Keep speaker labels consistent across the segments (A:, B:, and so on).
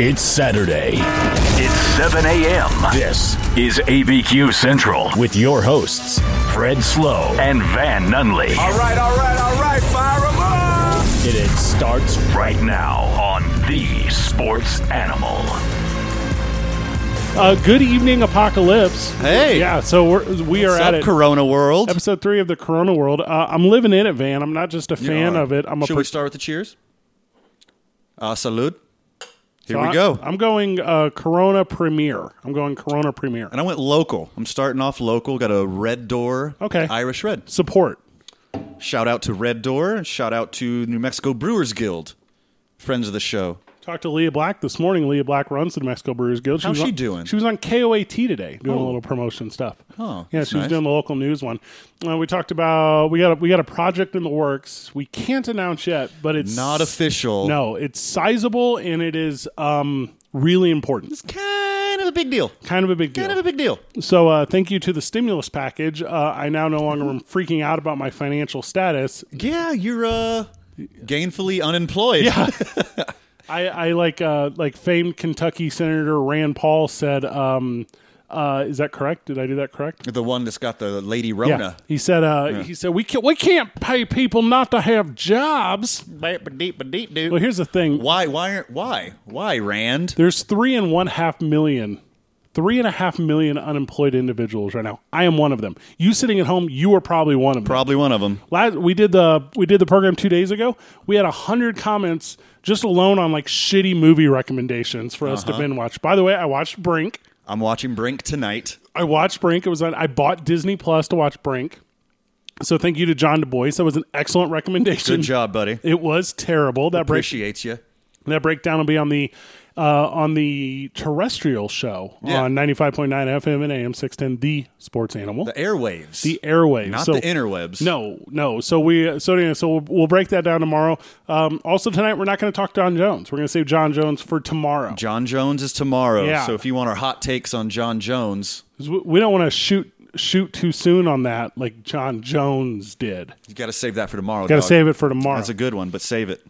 A: It's Saturday
B: It's 7 a.m.
A: This
B: is ABQ Central
A: with your hosts, Fred Slow.
B: and Van Nunley
C: All right, all right, all right, fire 'em up!
A: And it starts
B: right now on The Sports Animal.
D: Uh, good evening, Apocalypse.
E: Hey.
D: yeah. So we're we are
E: What's
D: at
E: up,
D: it.
E: Corona World.
D: Episode three of the Corona World. Uh, I'm living in it, Van. I'm not just a
E: You
D: fan
E: are.
D: of it. I'm a
E: Should
D: per-
E: we start with the cheers? Uh, salute. Here
D: so
E: we
D: I-
E: go.
D: I'm going uh, Corona Premier. I'm going Corona Premier.
E: and I went local. I'm starting off local. Got a Red Door.
D: Okay.
E: Irish Red.
D: Support.
E: Shout out to Red Door and shout out to New Mexico Brewers Guild, friends of the show.
D: Talked to Leah Black this morning. Leah Black runs the Mexico Brewers Guild.
E: How's
D: was
E: she
D: on-
E: doing?
D: She was on KOAT today doing a little promotion stuff.
E: Oh,
D: yeah,
E: that's
D: she was
E: nice.
D: doing the local news one. Uh, we talked about we got a, we got a project in the works. We can't announce yet, but it's
E: Not official.
D: No, it's sizable and it is um, really important.
E: Kind of a big deal.
D: Kind of a big deal.
E: Kind of a big deal.
D: So uh, thank you to the stimulus package. Uh, I now no longer am freaking out about my financial status.
E: Yeah, you're uh, gainfully unemployed.
D: I, I like uh, like famed Kentucky Senator Rand Paul said. Um, uh, is that correct? Did I do that correct?
E: The one that's got the Lady
D: Yeah.
E: Rona.
D: He said. Uh, He said we can, we can't pay people not to have jobs. Well, here's the thing.
E: Why? Why? aren't- Why? Why, Rand?
D: There's three and one half million, three and a half million unemployed individuals right now. I am one of them. You sitting at home, you are probably one of them.
E: Probably one of them.
D: Last, we did the we did the program two days ago. We had hundred comments just alone on like shitty movie recommendations for us
E: Uh-huh.
D: to binge watch. By the way, I watched Brink.
E: I'm watching Brink tonight.
D: I watched Brink. It was on. I bought Disney Plus to watch Brink. So thank you to John Du Bois. That was an excellent recommendation.
E: Good job, buddy.
D: It was terrible. That break,
E: Appreciate you.
D: that breakdown will be on the uh, on the terrestrial show
E: Yeah.
D: on ninety five point nine FM and AM six ten. The Sports Animal.
E: The airwaves,
D: the airwaves.
E: not
D: So-
E: the interwebs.
D: No, no. So we so anyway, so we'll, we'll break that down tomorrow. Um, also tonight we're not going to talk John Jones. We're going to save John Jones for tomorrow.
E: John Jones is tomorrow.
D: Yeah.
E: So if you want our hot takes on John Jones,
D: 'Cause we- We don't want to shoot shoot too soon on that, like John Jones did.
E: you got to save that for tomorrow.
D: Got to
E: dog.
D: save it for tomorrow.
E: That's a good one, but save it.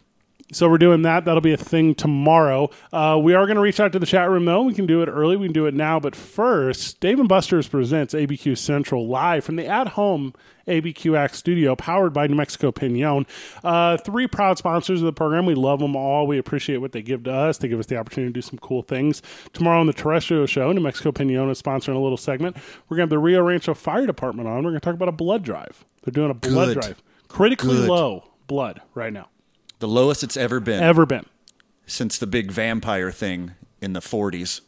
D: so we're doing that. That'll be a thing tomorrow. Uh, we are going to reach out to the chat room though. We can do it early. We can do it now. But first, Dave and Buster's presents ABQ Central live from the at home ABQ Act studio, powered by New Mexico Pinon. Uh, three proud sponsors of the program. We love them all. We appreciate what they give to us. They give us the opportunity to do some cool things. Tomorrow on the Terrestrial Show, New Mexico Pinon is sponsoring a little segment. We're going to have the Rio Rancho Fire Department on. We're going to talk about a blood drive. They're doing a blood
E: Good.
D: drive. Critically
E: Good.
D: low blood right now
E: The lowest it's ever been
D: ever been.
E: since the big vampire thing in the 40s.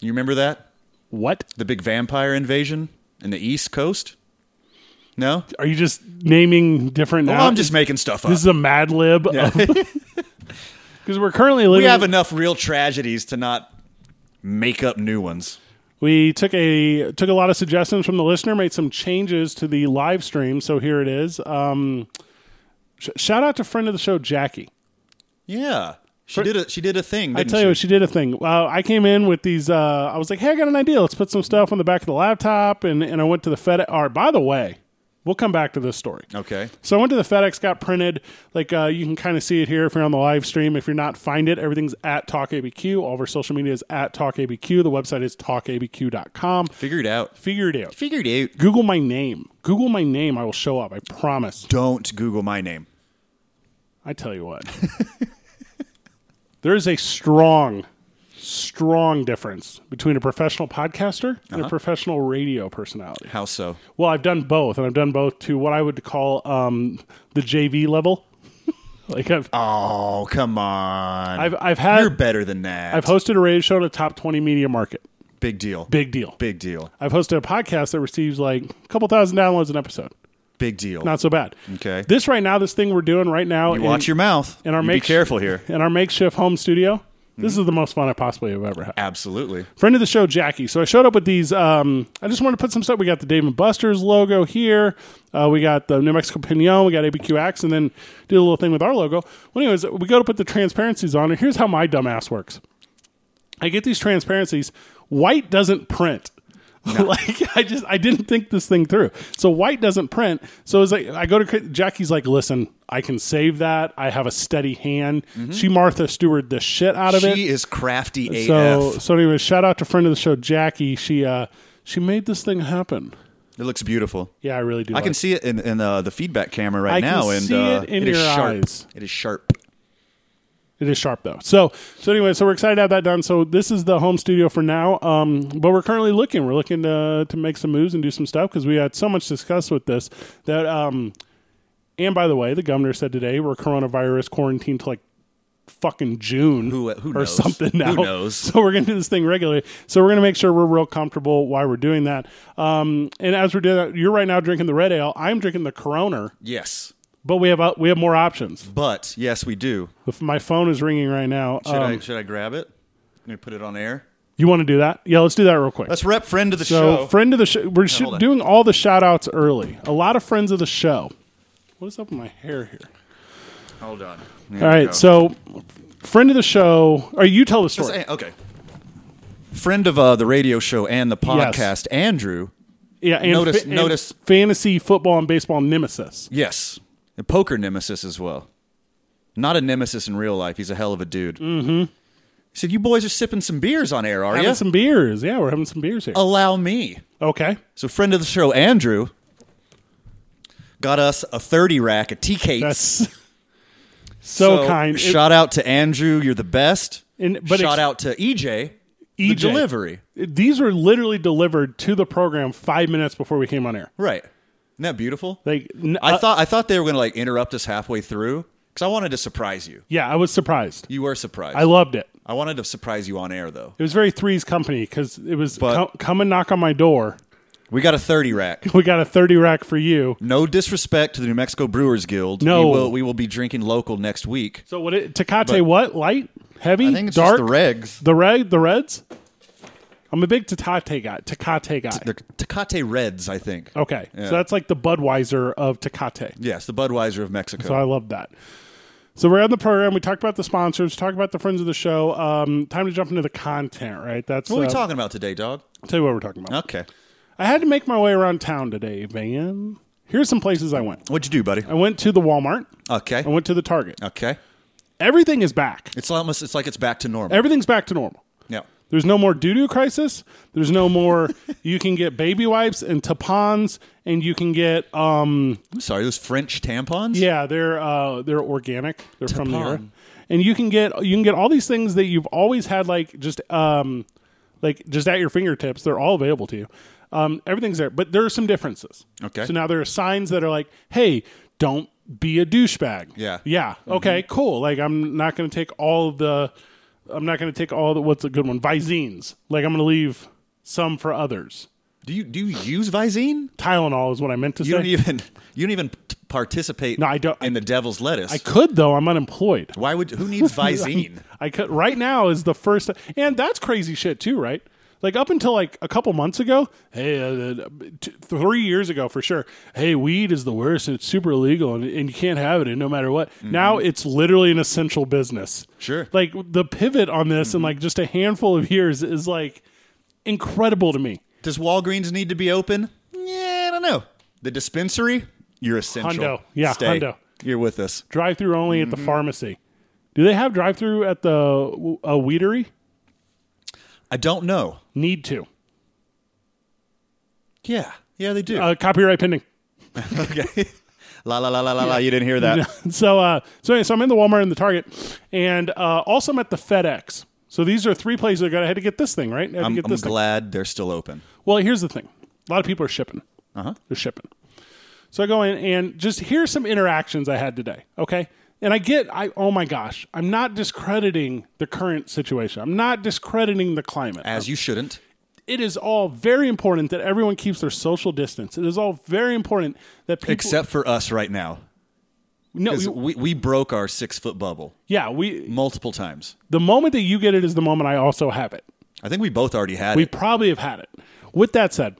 E: You remember that?
D: What?
E: The big vampire invasion in the East Coast? No?
D: Are you just naming different
E: Well,
D: now?
E: I'm just making stuff up.
D: This is a Mad Lib. Because we're currently living.
E: we have enough real tragedies to not make up new ones.
D: we took a took a lot of suggestions from the listener, made some changes to the live stream. So here it is. Um, sh- shout out to friend of the show Jackie.
E: Yeah. She did a she did a thing.
D: I
E: didn't
D: tell
E: she?
D: you what, she did a thing. Uh, I came in with these. Uh, I was like, "Hey, I got an idea. Let's put some stuff on the back of the laptop." And and I went to the FedEx. All right, by the way, we'll come back to this story.
E: Okay.
D: So I went to the FedEx, got printed. Like uh, you can kind of see it here if you're on the live stream. If you're not, find it. Everything's at TalkABQ. All of our social media is at TalkABQ. The website is talkabq.com.
E: Figure it out.
D: Figure it out.
E: Figure it out.
D: Google my name. Google my name. I will show up. I promise.
E: Don't Google my name.
D: I tell you what. there is a strong, strong difference between a professional podcaster and a professional radio personality.
E: How so?
D: Well, I've done both, and I've done both to what I would call um, the JV level. like I've
E: Oh, come on.
D: I've- I've had-
E: You're better than that.
D: I've hosted a radio show in a top 20 media market.
E: big deal.
D: Big deal.
E: Big deal.
D: I've hosted a podcast that receives like a couple thousand downloads an episode.
E: Big deal.
D: Not so bad.
E: Okay.
D: This right now, this thing we're doing right now
E: you
D: in,
E: watch your mouth.
D: in our
E: You be
D: makes-
E: careful here.
D: in our makeshift home studio, this
E: Mm-hmm.
D: is the most fun I possibly have ever had.
E: Absolutely.
D: Friend of the show, Jackie. So I showed up with these. Um, I just wanted to put some stuff. We got the Dave and Buster's logo here. Uh, we got the New Mexico Pinon. We got ABQX, and then did a little thing with our logo. Well, anyways, we go to put the transparencies on, and here's how my dumbass works. I get these transparencies. White doesn't print. like I just I didn't think this thing through. So white doesn't print. So it's like I go to Chris- Jackie's like, listen, I can save that. I have a steady hand. She Martha Stewart the shit out of it.
E: She is crafty AF.
D: So so anyway, shout out to friend of the show Jackie. She uh she made this thing happen.
E: it looks beautiful.
D: Yeah, I really do.
E: I
D: like
E: can see it in, in uh, the feedback camera right
D: I can
E: now,
D: see
E: and uh,
D: it in
E: is
D: your
E: sharp.
D: eyes.
E: It is sharp.
D: It is sharp though. So so anyway, so we're excited to have that done. So this is the home studio for now. Um, but we're currently looking. We're looking to to make some moves and do some stuff because we had so much discussed with this that um. And by the way, the governor said today we're coronavirus quarantined till like fucking June
E: Who- uh, who
D: or
E: knows?
D: something now.
E: Who knows?
D: So we're gonna do this thing regularly. So we're gonna make sure we're real comfortable while we're doing that. Um, and as we're doing that, you're right now drinking the red ale. I'm drinking the Corona,
E: Yes,
D: but we have uh, we have more options.
E: but yes, we do.
D: If my phone is ringing right now.
E: Should I
D: um,
E: should I grab it? Let me put it on air.
D: You want to do that? Yeah, let's do that real quick.
E: Let's rep friend of the
D: so,
E: show.
D: friend of the show, we're sh-
E: hold on.
D: doing all the shout outs early. A lot of friends of the show. What is up with my hair here?
E: Hold on.
D: all right, so friend of the show, or you tell the story.
E: okay. Friend of uh, the radio show and the
D: Yes.
E: podcast, Andrew.
D: yeah, and
E: notice-
D: and
E: notice-
D: fantasy football and baseball nemesis.
E: Yes, a poker nemesis as well. Not a nemesis in real life. He's a hell of a dude. Mm-hmm. He said, "You boys are sipping some beers on air, are
D: Having
E: you?
D: some beers. Yeah, we're having some beers here.
E: Allow me."
D: okay.
E: So, friend of the show, Andrew, got us a 30 rack of TK.
D: That's so, kind. It-
E: Shout out to Andrew. You're the best.
D: And- but
E: shout
D: ex-
E: out to E EJ. The
D: EJ.
E: delivery.
D: E These were literally delivered to the program five minutes before we came on air.
E: Right. Isn't that beautiful?
D: Like, n-
E: I
D: uh,
E: thought I thought they were going to like interrupt us halfway through because I wanted to surprise you.
D: yeah, I was surprised.
E: You were surprised.
D: I loved it.
E: I wanted to surprise you on air though.
D: It was very Three's Company because it was
E: But-
D: come, come and knock on my door.
E: We got a 30 rack.
D: We got a thirty rack for you.
E: No disrespect to the New Mexico Brewers Guild.
D: No.
E: we will, we will be drinking local next week.
D: So what? It, Tecate?
E: But-
D: what light? Heavy?
E: I think it's
D: dark?
E: just the regs.
D: The red? The reds? I'm a big Tecate guy. Tecate guy.
E: The Tecate Reds, I think.
D: okay,
E: Yeah.
D: so that's like the Budweiser of Tecate.
E: Yes, the Budweiser of Mexico.
D: So I love that. So we're on the program. We talked about the sponsors. Talked about the friends of the show. Um, time to jump into the content, right? That's
E: what are we
D: uh,
E: talking about today, dog?
D: I'll tell you what we're talking about.
E: Okay.
D: I had to make my way around town today, Van. Here's some places I went.
E: What'd you do, buddy?
D: I went to the Walmart.
E: Okay.
D: I went to the Target.
E: Okay.
D: Everything is back.
E: It's almost it's like it's back to normal.
D: Everything's back to normal.
E: yeah.
D: There's no more doo doo crisis. There's no more. you can get baby wipes and tampons, and you can get um
E: I'm sorry, those French tampons?
D: yeah they're uh they're organic. They're from the
E: Tampon.
D: earth, and you can get you can get all these things that you've always had like just um like just at your fingertips. They're all available to you. Um, everything's there, but there are some differences.
E: Okay.
D: So now there are signs that are like, hey, don't be a douchebag.
E: Yeah. Mm-hmm.
D: Yeah. Okay. Cool. Like I'm not going to take all of the. I'm not going to take all the. What's a good one? Visines. Like I'm going to leave some for others.
E: Do you do you use Visine?
D: Tylenol is what I meant to
E: You
D: say.
E: don't even you don't even t- participate
D: No, I don't-
E: in the devil's lettuce.
D: I could though. I'm unemployed.
E: Why would who needs Visine?
D: I could. Right now is the first. And that's crazy shit too, right? Like up until like a couple months ago, hey, uh, uh, t- three years ago for sure. Hey, weed is the worst. and It's super illegal, and, and you can't have it, and no matter what. Now it's literally an essential business.
E: Sure.
D: Like the pivot on this, in like just a handful of years, is like incredible to me.
E: Does Walgreens need to be open? Yeah, I don't know. The dispensary? You're essential.
D: Hundo. Yeah,
E: Stay.
D: hundo.
E: You're with us.
D: Drive-through only at the pharmacy. Do they have drive-through at the uh, weedery?
E: I don't know.
D: Need to.
E: Yeah. Yeah, they do.
D: Uh, copyright pending.
E: okay. la la la la la la. You didn't hear that.
D: so uh so anyway, so I'm in the Walmart and the Target and uh also I'm at the FedEx. So these are three places I got I had to get this thing, right? I had
E: I'm,
D: to get
E: I'm
D: this thing.
E: glad they're still open.
D: Well, here's the thing. A lot of people are shipping. Uh-huh. They're shipping. So I go in and just here's some interactions I had today, okay? And I get I oh my gosh, I'm not discrediting the current situation. I'm not discrediting the climate
E: As you shouldn't.
D: it is all very important that everyone keeps their social distance. It is all very important that people
E: Except for us right now.
D: no,
E: 'Cause
D: you-
E: we, we broke our six foot bubble
D: yeah, we
E: multiple times.
D: the moment that you get it is the moment I also have it.
E: I think we both already had
D: We
E: it.
D: probably have had it. With that said,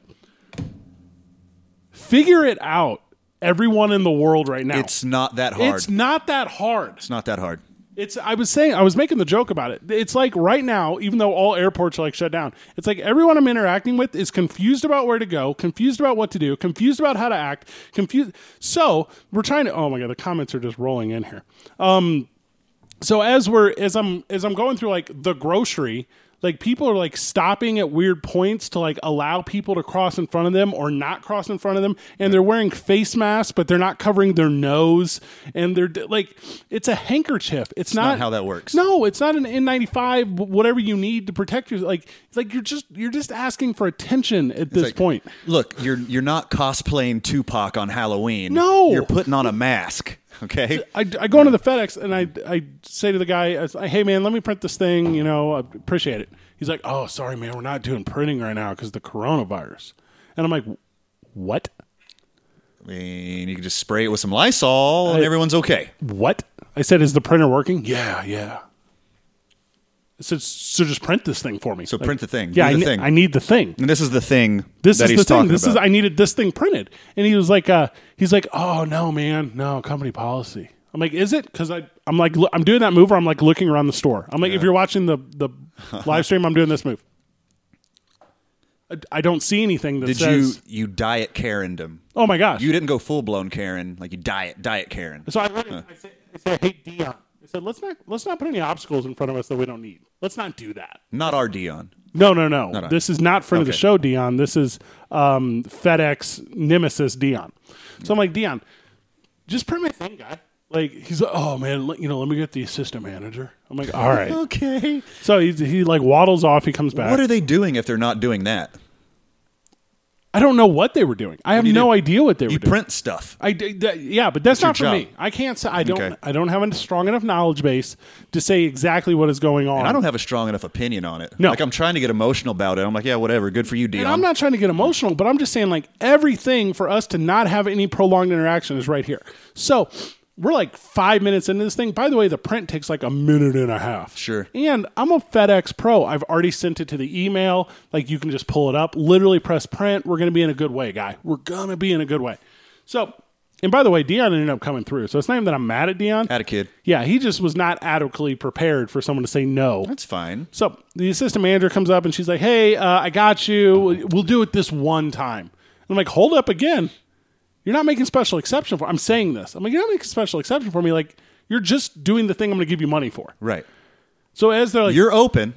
D: figure it out, everyone in the world right now.
E: It's not that hard.
D: It's not that hard.
E: It's not that hard.
D: It's. I was saying. I was making the joke about it. It's like right now, even though all airports are like shut down, it's like everyone I'm interacting with is confused about where to go, confused about what to do, confused about how to act, confused. So we're trying to. Oh my god, the comments are just rolling in here. So as we're as I'm as I'm going through like the grocery, like people are like stopping at weird points to like allow people to cross in front of them or not cross in front of them, and they're wearing face masks but they're not covering their nose, and they're d- like it's a handkerchief. It's, not,
E: how that works.
D: No, it's not an N95. w- Whatever you need to protect your like it's like you're just you're just asking for attention at this
E: It's like,
D: point.
E: Look, you're you're not cosplaying Tupac on Halloween.
D: No.
E: you're putting on a mask. Okay,
D: I, I go into the FedEx and I, I say to the guy, I say, hey man, let me print this thing. You know, I appreciate it. He's like, oh, sorry man, we're not doing printing right now because the coronavirus. And I'm like, what?
E: I mean, you can just spray it with some Lysol and
D: I-
E: everyone's okay.
D: What? I said, is the printer working? Yeah, yeah. I said, so just print this thing for me.
E: So print the thing.
D: Yeah,
E: Do
D: I,
E: the
D: ne-
E: thing.
D: I need the thing.
E: And this is the thing
D: This
E: that
D: is
E: he's
D: the thing.
E: talking
D: This
E: about.
D: is I needed this thing printed, and he was like, uh, he's like, oh no, man, no company policy. I'm like, is it? Because I, I'm like, lo- I'm doing that move where I'm like looking around the store. I'm like, if you're watching the the live stream, I'm doing this move. I, I don't see anything that
E: Did
D: says,
E: you you diet Karened him?
D: oh my gosh.
E: You didn't go full blown Karen like you diet diet Karen.
D: so I, went and I said, I said, hey Dion. I said, let's not let's not put any obstacles in front of us that we don't need. Let's not do that.
E: Not our Dion.
D: No, no, no.
E: no.
D: This is not friend of the
E: Okay.
D: show, Dion. This is um, FedEx nemesis, Dion. So I'm like, Dion, just print my thing, guy. Like he's like, oh man, let, you know, let me get the assistant manager. I'm like, all right.
E: Okay.
D: so he he like waddles off. He comes back.
E: What are they doing if they're not doing that?
D: I don't know what they were doing. I have
E: you
D: no
E: do?
D: idea what they were
E: You
D: doing.
E: print stuff.
D: I d- that- yeah, but that's
E: your
D: not for
E: job.
D: me. I can't say I don't.
E: Okay.
D: I don't have a strong enough knowledge base to say exactly what is going on.
E: I don't have a strong enough opinion on it.
D: No.
E: Like I'm trying to get emotional about it. I'm like, yeah, whatever. Good for you, Dion.
D: And I'm not trying to get emotional, but I'm just saying like everything for us to not have any prolonged interaction is right here. So we're like five minutes into this thing. By the way, the print takes like a minute and a half.
E: Sure.
D: And I'm a FedEx Pro. I've already sent it to the email. Like you can just pull it up, literally press print. We're going to be in a good way, guy. We're going to be in a good way. So, and by the way, Dion ended up coming through. So it's not even that I'm mad at Dion.
E: Had a kid.
D: yeah, he just was not adequately prepared for someone to say no.
E: That's fine.
D: So the assistant manager comes up and she's like, "Hey, uh, I got you. We'll do it this one time." And I'm like, "Hold up again. You're not making special exception for. I'm saying this. I'm like, you're not making special exception for me. Like, you're just doing the thing I'm going to give you money for."
E: Right.
D: So as they're like,
E: You're open.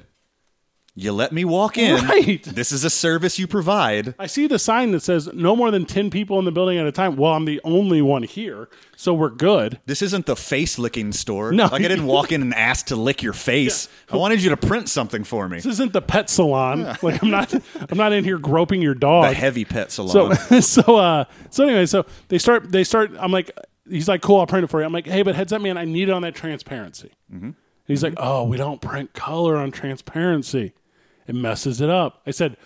E: You let me walk in.
D: Right.
E: This is a service you provide.
D: I see the sign that says no more than ten people in the building at a time. Well, I'm the only one here, so we're good.
E: This isn't the face licking store.
D: No.
E: Like I didn't walk in and ask to lick your face. I wanted you to print something for me.
D: This isn't the pet salon. Like I'm not, I'm not in here groping your dog.
E: A heavy pet salon.
D: So so uh so anyway, so they start they start I'm like he's like, Cool, I'll print it for you. I'm like, hey, but heads up, man, I need it on that transparency. He's like, Oh, we don't print color on transparency. It messes it up. I said,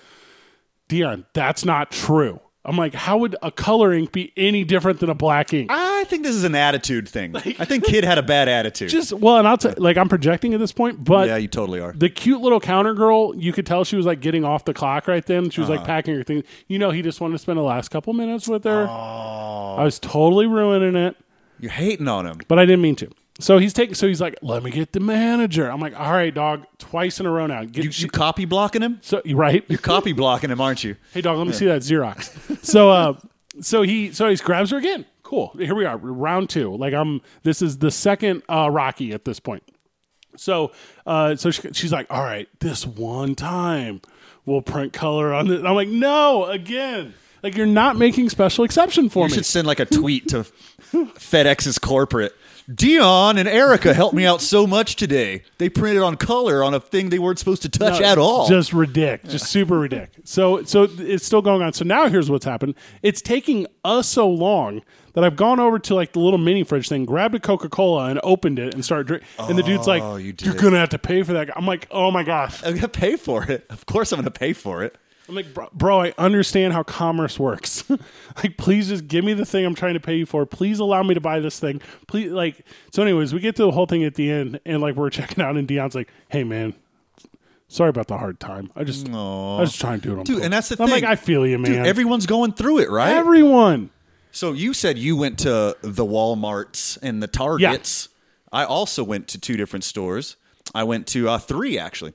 D: Dion, that's not true. I'm like, how would a color ink be any different than a black ink?
E: I think this is an attitude thing. I think kid had a bad attitude.
D: just well, and I'll t- like I'm projecting at this point, but
E: yeah, you totally are.
D: the cute little counter girl, you could tell she was like getting off the clock right then. She was like packing her things. You know, he just wanted to spend the last couple minutes with her. I was totally ruining it,
E: You're hating on him.
D: but I didn't mean to. So he's taking. So he's like, "Let me get the manager." I'm like, "All right, dog." Twice in a row now. Get
E: You,
D: she-
E: you copy blocking him?
D: so right.
E: You're copy blocking him, aren't you?
D: Hey, dog. Let me see that Xerox. so, uh, so he so he grabs her again. Cool. Here we are, round two. Like I'm. This is the second uh, Rocky at this point. So, uh, so she, she's like, "All right, this one time, we'll print color on this." I'm like, "No, again." Like you're not making special exception for
E: You
D: me.
E: should send like a tweet to FedEx's corporate. Dion and Erica helped me out so much today. They printed on color on a thing they weren't supposed to touch at all.
D: Just ridic. Just super ridic. So so it's still going on. So now here's what's happened. It's taking us so long that I've gone over to like the little mini fridge thing, grabbed a Coca Cola and opened it and started drinking. and the dude's like,
E: Oh, you did
D: "You're
E: it."
D: gonna have to pay for that." I'm like, "Oh my gosh."
E: I'm gonna pay for it. Of course, I'm gonna pay for it.
D: I'm like, "Bro, bro I understand how commerce works. like, please just give me the thing I'm trying to pay you for. Please allow me to buy this thing. Please, like." So, anyways, we get to the whole thing at the end, and like we're checking out, and Dion's like, "Hey, man." Sorry about the hard time. I just, I was just trying to do it on
E: Dude,
D: purpose."
E: and that's the
D: I'm
E: thing.
D: like, I feel you, man.
E: Dude, everyone's going through it, right?
D: Everyone.
E: so you said you went to the WalMarts and the Targets. I also went to two different stores. I went to uh, three actually.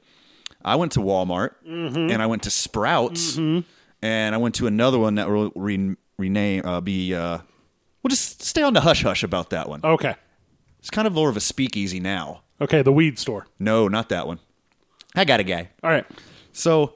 E: I went to Walmart and I went to Sprouts and I went to another one that will re- rename uh, be. Uh, we'll just stay on the hush hush about that one.
D: Okay.
E: It's kind of more of a speakeasy now.
D: Okay, the weed store.
E: No, not that one. I got a guy.
D: All right.
E: So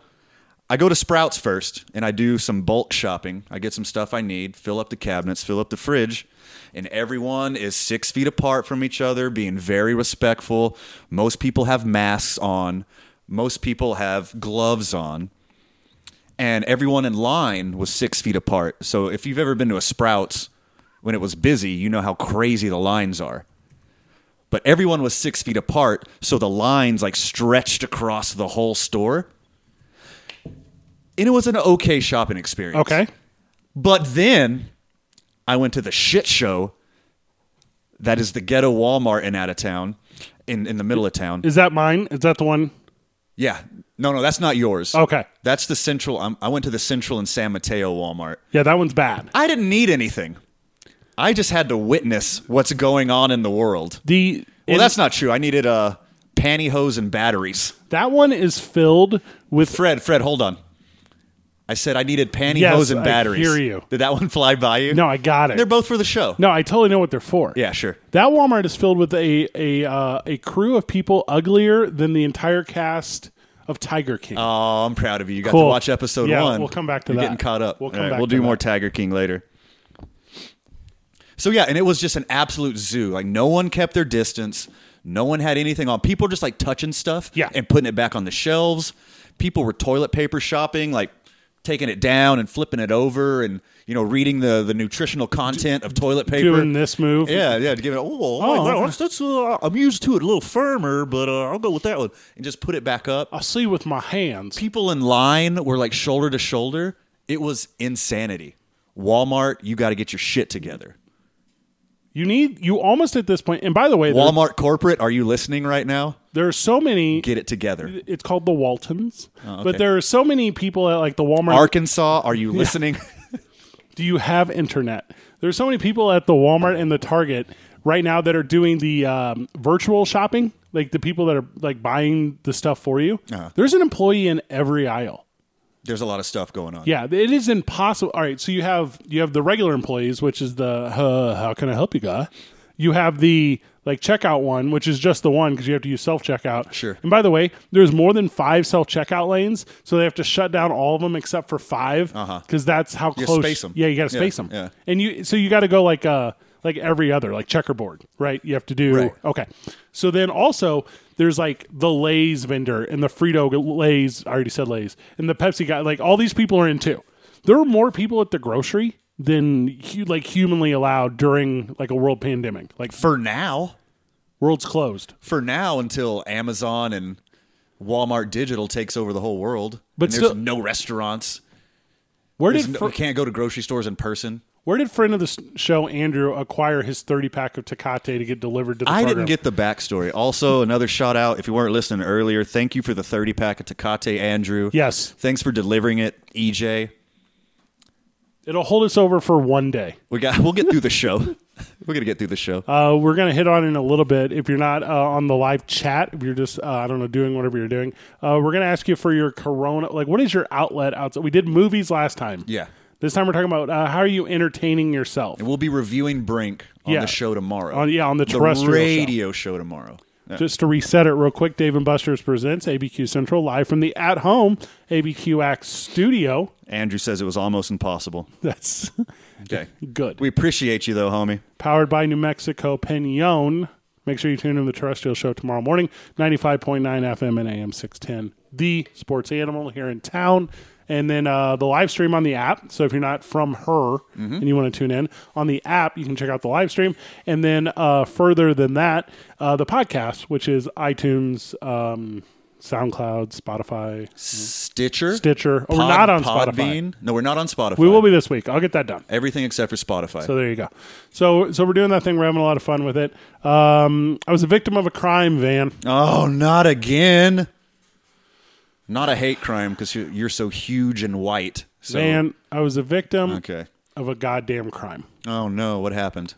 E: I go to Sprouts first and I do some bulk shopping. I get some stuff I need, fill up the cabinets, fill up the fridge, and everyone is six feet apart from each other, being very respectful. Most people have masks on, most people have gloves on. And everyone in line was six feet apart. So if you've ever been to a Sprouts when it was busy, you know how crazy the lines are but everyone was six feet apart, so the lines like stretched across the whole store. And it was an okay shopping experience.
D: Okay.
E: But then I went to the shit show that is the ghetto Walmart in out of town, in, in the middle of town.
D: Is that mine? Is that the one?
E: yeah. No, no, that's not yours.
D: Okay.
E: That's the central. Um, I went to the central in San Mateo Walmart.
D: Yeah, that one's bad.
E: I didn't need anything. I just had to witness what's going on in the world.
D: The
E: Well,
D: in-
E: that's not true. I needed uh, pantyhose and batteries.
D: that one is filled with
E: Fred, Fred, hold on. I said I needed pantyhose
D: Yes,
E: and
D: I
E: batteries.
D: hear you.
E: Did that one fly by you?
D: No, I got it.
E: They're both for the show.
D: No, I totally know what they're for.
E: Yeah, sure.
D: That Walmart is filled with a a uh, a crew of people uglier than the entire cast of Tiger King.
E: Oh, I'm proud of you. You got
D: Cool.
E: to watch episode
D: Yeah,
E: one.
D: we'll come back to
E: You're
D: that.
E: Getting caught up.
D: We'll come
E: All right,
D: back
E: We'll
D: to
E: do more
D: that.
E: Tiger King later. So yeah, and it was just an absolute zoo. Like no one kept their distance. No one had anything on. People were just like touching stuff
D: Yeah.
E: and putting it back on the shelves. People were toilet paper shopping, like taking it down and flipping it over and you know reading the the nutritional content of toilet paper.
D: doing this move.
E: Yeah, yeah. To give it. Oh, well,
D: Oh,
E: well,
D: okay.
E: that's, that's, uh, I'm used to it a little firmer, but uh, I'll go with that one and just put it back up.
D: I'll see with my hands.
E: People in line were like shoulder to shoulder. It was insanity. Walmart, you got to get your shit together.
D: You need you almost at this point. And by the way, there,
E: Walmart corporate, are you listening right now?
D: there are so many.
E: Get it together.
D: It's called the Waltons, but
E: okay.
D: there are so many people at like the Walmart.
E: Arkansas, are you listening?
D: do you have internet? There's so many people at the Walmart and the Target right now that are doing the um, virtual shopping, like the people that are like buying the stuff for you.
E: Uh-huh.
D: There's an employee in every aisle.
E: There's a lot of stuff going on.
D: Yeah, it is impossible. All right, so you have you have the regular employees, which is the uh, how can I help you guy. You have the like checkout one, which is just the one because you have to use self checkout.
E: Sure.
D: And by the way, there's more than five self checkout lanes, so they have to shut down all of them except for five because
E: Uh-huh.
D: that's how
E: You
D: close.
E: space 'em.
D: Yeah, you got to
E: Yeah,
D: space them.
E: yeah.
D: And you so you got to go like uh like every other like checkerboard, right? You have to do
E: Right.
D: okay. So then also there's like the Lay's vendor and the Frito Lay's. I already said Lay's and the Pepsi guy. Like all these people are in too. There are more people at the grocery than hu- like humanly allowed during like a world pandemic. Like
E: For now,
D: world's closed.
E: for now until Amazon and Walmart Digital takes over the whole world.
D: But
E: and there's
D: still-
E: no restaurants.
D: Where
E: There's
D: did
E: no-
D: fr-
E: we can't go to grocery stores in person.
D: where did friend of the s- show Andrew acquire his thirty pack of Tecate to get delivered to the?
E: I
D: program?
E: didn't get the backstory. Also, another shout out if you weren't listening earlier, thank you for the 30 pack of Tecate, Andrew.
D: Yes.
E: Thanks for delivering it, E EJ.
D: It'll hold us over for one day.
E: We got we'll get through the show. We're going to get through the show.
D: Uh, we're going to hit on it in a little bit. If you're not uh, on the live chat, if you're just, uh, I don't know, doing whatever you're doing, uh, we're going to ask you for your corona. Like, what is your outlet outside? We did movies last time.
E: Yeah.
D: This time we're talking about uh, how are you entertaining yourself?
E: we'll be reviewing Brink on
D: Yeah.
E: the show tomorrow.
D: On- yeah, on the terrestrial show.
E: radio show, tomorrow. Yeah.
D: Just to reset it real quick, Dave and Buster's presents ABQ Central live from the at home ABQ Act studio.
E: Andrew says it was almost impossible.
D: That's
E: Okay.
D: good.
E: We appreciate you though, homie.
D: powered by New Mexico Peñon. Make sure you tune in to the terrestrial show tomorrow morning, 95.9 FM and AM 610, the sports animal here in town. And then uh, the live stream on the app. So if you're not from her and you want to tune in on the app, you can check out the live stream. And then uh, further than that, uh, the podcast, which is iTunes, um, SoundCloud, Spotify,
E: Stitcher.
D: Stitcher. Oh, we're
E: Pod-
D: not on Spotify.
E: Podbean. No, we're not on Spotify.
D: We will be this week. I'll get that done.
E: Everything except for Spotify.
D: So there you go. So so we're doing that thing. We're having a lot of fun with it. Um, I was a victim of a crime, Van.
E: Oh, not again. Not a hate crime because you're, you're so huge and white. So.
D: Van, I was a victim
E: Okay.
D: of a goddamn crime.
E: Oh, no. What happened?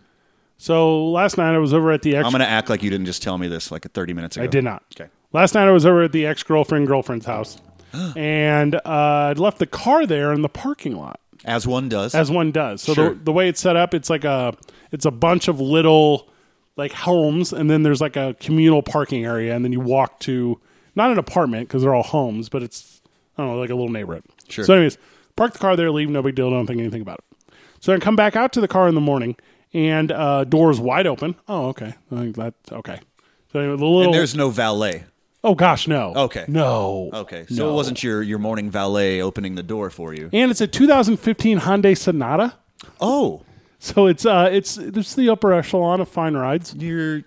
D: So last night I was over at the ex.
E: I'm going to act like you didn't just tell me this like 30 minutes ago.
D: I did not.
E: Okay.
D: Last night I was over at the ex girlfriend girlfriend's house, and uh, I'd left the car there in the parking lot.
E: As one does.
D: as one does. So
E: Sure.
D: the, the way it's set up, it's like a it's a bunch of little like homes, and then there's like a communal parking area, and then you walk to not an apartment because they're all homes, but it's I don't know like a little neighborhood.
E: Sure.
D: So, anyways, park the car there, leave, no big deal, don't think anything about it. So I come back out to the car in the morning, and uh, doors wide open. Oh, okay, I think that's okay. So anyway, the little
E: and there's no valet.
D: oh gosh no
E: Okay.
D: no
E: Okay. So it wasn't your, your morning valet opening the door for you.
D: and it's a 2015 Hyundai Sonata.
E: Oh,
D: So it's uh it's it's the upper echelon of fine rides.
E: you're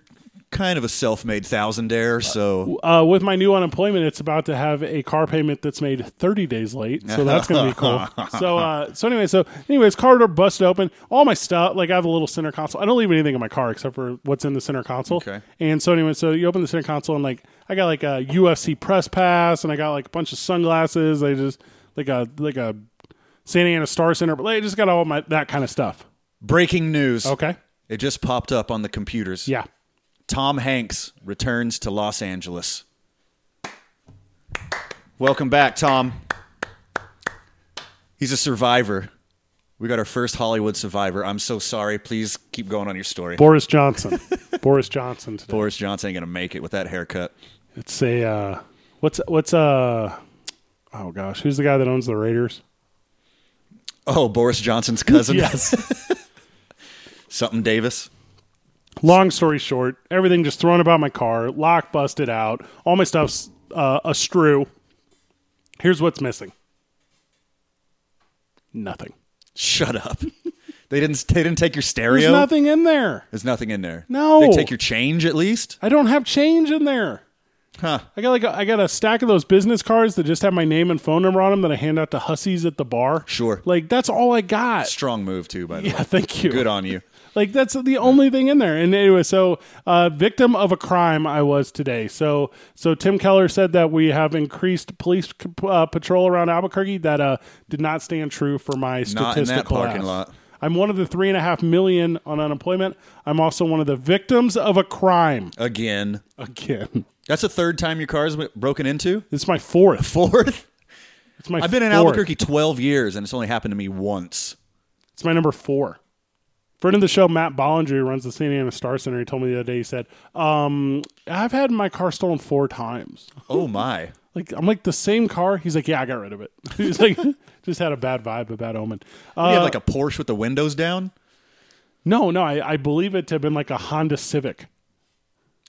E: kind of a self made thousandaire. So
D: Uh, with my new unemployment, it's about to have a car payment that's made 30 days late, so that's going to be cool. so, uh, so anyway, so anyways, car door busted open. All my stuff, like I have a little center console. I don't leave anything in my car except for what's in the center console.
E: Okay.
D: And so anyway, so you open the center console and like I got like a UFC press pass and I got like a bunch of sunglasses. I just like a like a Santa Ana Star Center, but like, I just got all my that kind of stuff.
E: breaking news.
D: Okay.
E: It just popped up on the computers.
D: Yeah.
E: Tom Hanks returns to Los Angeles. Welcome back, Tom. He's a survivor. We got our first Hollywood survivor. I'm so sorry. Please keep going on your story.
D: Boris Johnson. Boris Johnson today.
E: Boris Johnson ain't gonna make it with that haircut.
D: It's a uh, what's what's uh oh gosh, who's the guy that owns the Raiders?
E: Oh, Boris Johnson's cousin.
D: Yes.
E: Something Davis.
D: Long story short, everything just thrown about my car, lock busted out, all my stuff's uh, a strew. Here's what's missing. Nothing.
E: Shut up. they didn't. They didn't take your
D: There's
E: stereo.
D: nothing in there.
E: There's nothing in there.
D: No.
E: They take your change at least.
D: I don't have change in there.
E: Huh.
D: I got like a, I got a stack of those business cards that just have my name and phone number on them that I hand out to hussies at the bar.
E: Sure.
D: Like that's all I got.
E: Strong move too. By the
D: Yeah,
E: way.
D: thank you.
E: Good on you.
D: Like that's the only thing in there. And anyway, so uh, victim of a crime I was today. So so Tim Keller said that we have increased police c- uh, patrol around Albuquerque. That uh, did not stand true for my
E: Not
D: statistical
E: in that parking lot.
D: I'm one of the three and a half million on unemployment. I'm also one of the victims of a crime
E: Again.
D: again.
E: That's the third time your car's been broken into.
D: It's my fourth.
E: Fourth.
D: It's my.
E: I've been in
D: fourth.
E: Albuquerque 12 years, and it's only happened to me once.
D: It's my number four. Friend of the show, Matt Bollinger, who runs the Santa Ana Star Center, he told me the other day. He said, um, "I've had my car stolen four times."
E: Oh my.
D: Like I'm like the same car. He's like, yeah, I got rid of it. He's like, just had a bad vibe, a bad omen. Uh,
E: you have like a Porsche with the windows down.
D: no, no, I, I believe it to have been like a Honda Civic.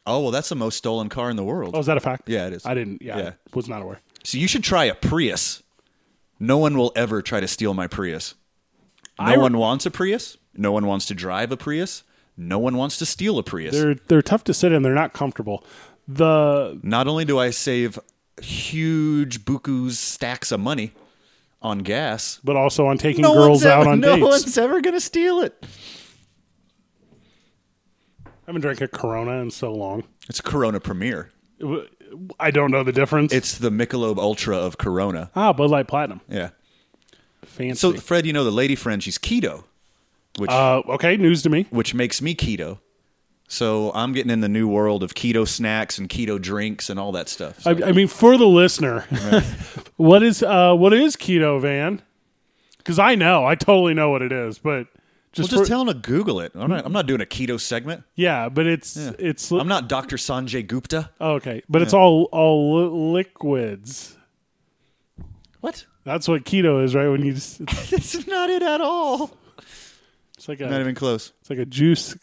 E: Oh well, that's the most stolen car in the world.
D: Oh, is that a fact?
E: Yeah, it is.
D: I didn't. Yeah,
E: Yeah.
D: I was not aware.
E: So you should try a Prius. No one will ever try to steal my Prius. No
D: I-
E: one wants a Prius. No one wants to drive a Prius. No one wants to steal a Prius.
D: They're they're tough to sit in. They're not comfortable. The
E: Not only do I save huge bukus stacks of money on gas,
D: but also on taking
E: no
D: girls
E: one's
D: out
E: ever,
D: on
E: no
D: dates.
E: one's ever going to steal it.
D: I haven't drank a Corona in so long.
E: It's Corona Premier.
D: It wa- I don't know the difference.
E: It's the Michelob Ultra of Corona.
D: ah Bud Light Platinum.
E: Yeah.
D: Fancy.
E: So Fred, you know the lady friend, she's keto, which
D: uh, okay, news to me.
E: which makes me keto. So I'm getting in the new world of keto snacks and keto drinks and all that stuff. So
D: I, I mean, for the listener, what is uh, what is keto, Van? Because I know, I totally know what it is, but
E: well,
D: just,
E: just
D: for-
E: tell them to Google it. I'm not, I'm not doing a keto segment.
D: yeah, but it's it's li-
E: I'm not Dr. Sanjay Gupta.
D: oh, okay, but it's all all li- liquids.
E: What?
D: That's what keto is, right? When you just, it's,
E: That's not it at all.
D: it's like
E: Not
D: a
E: even close.
D: it's like a juice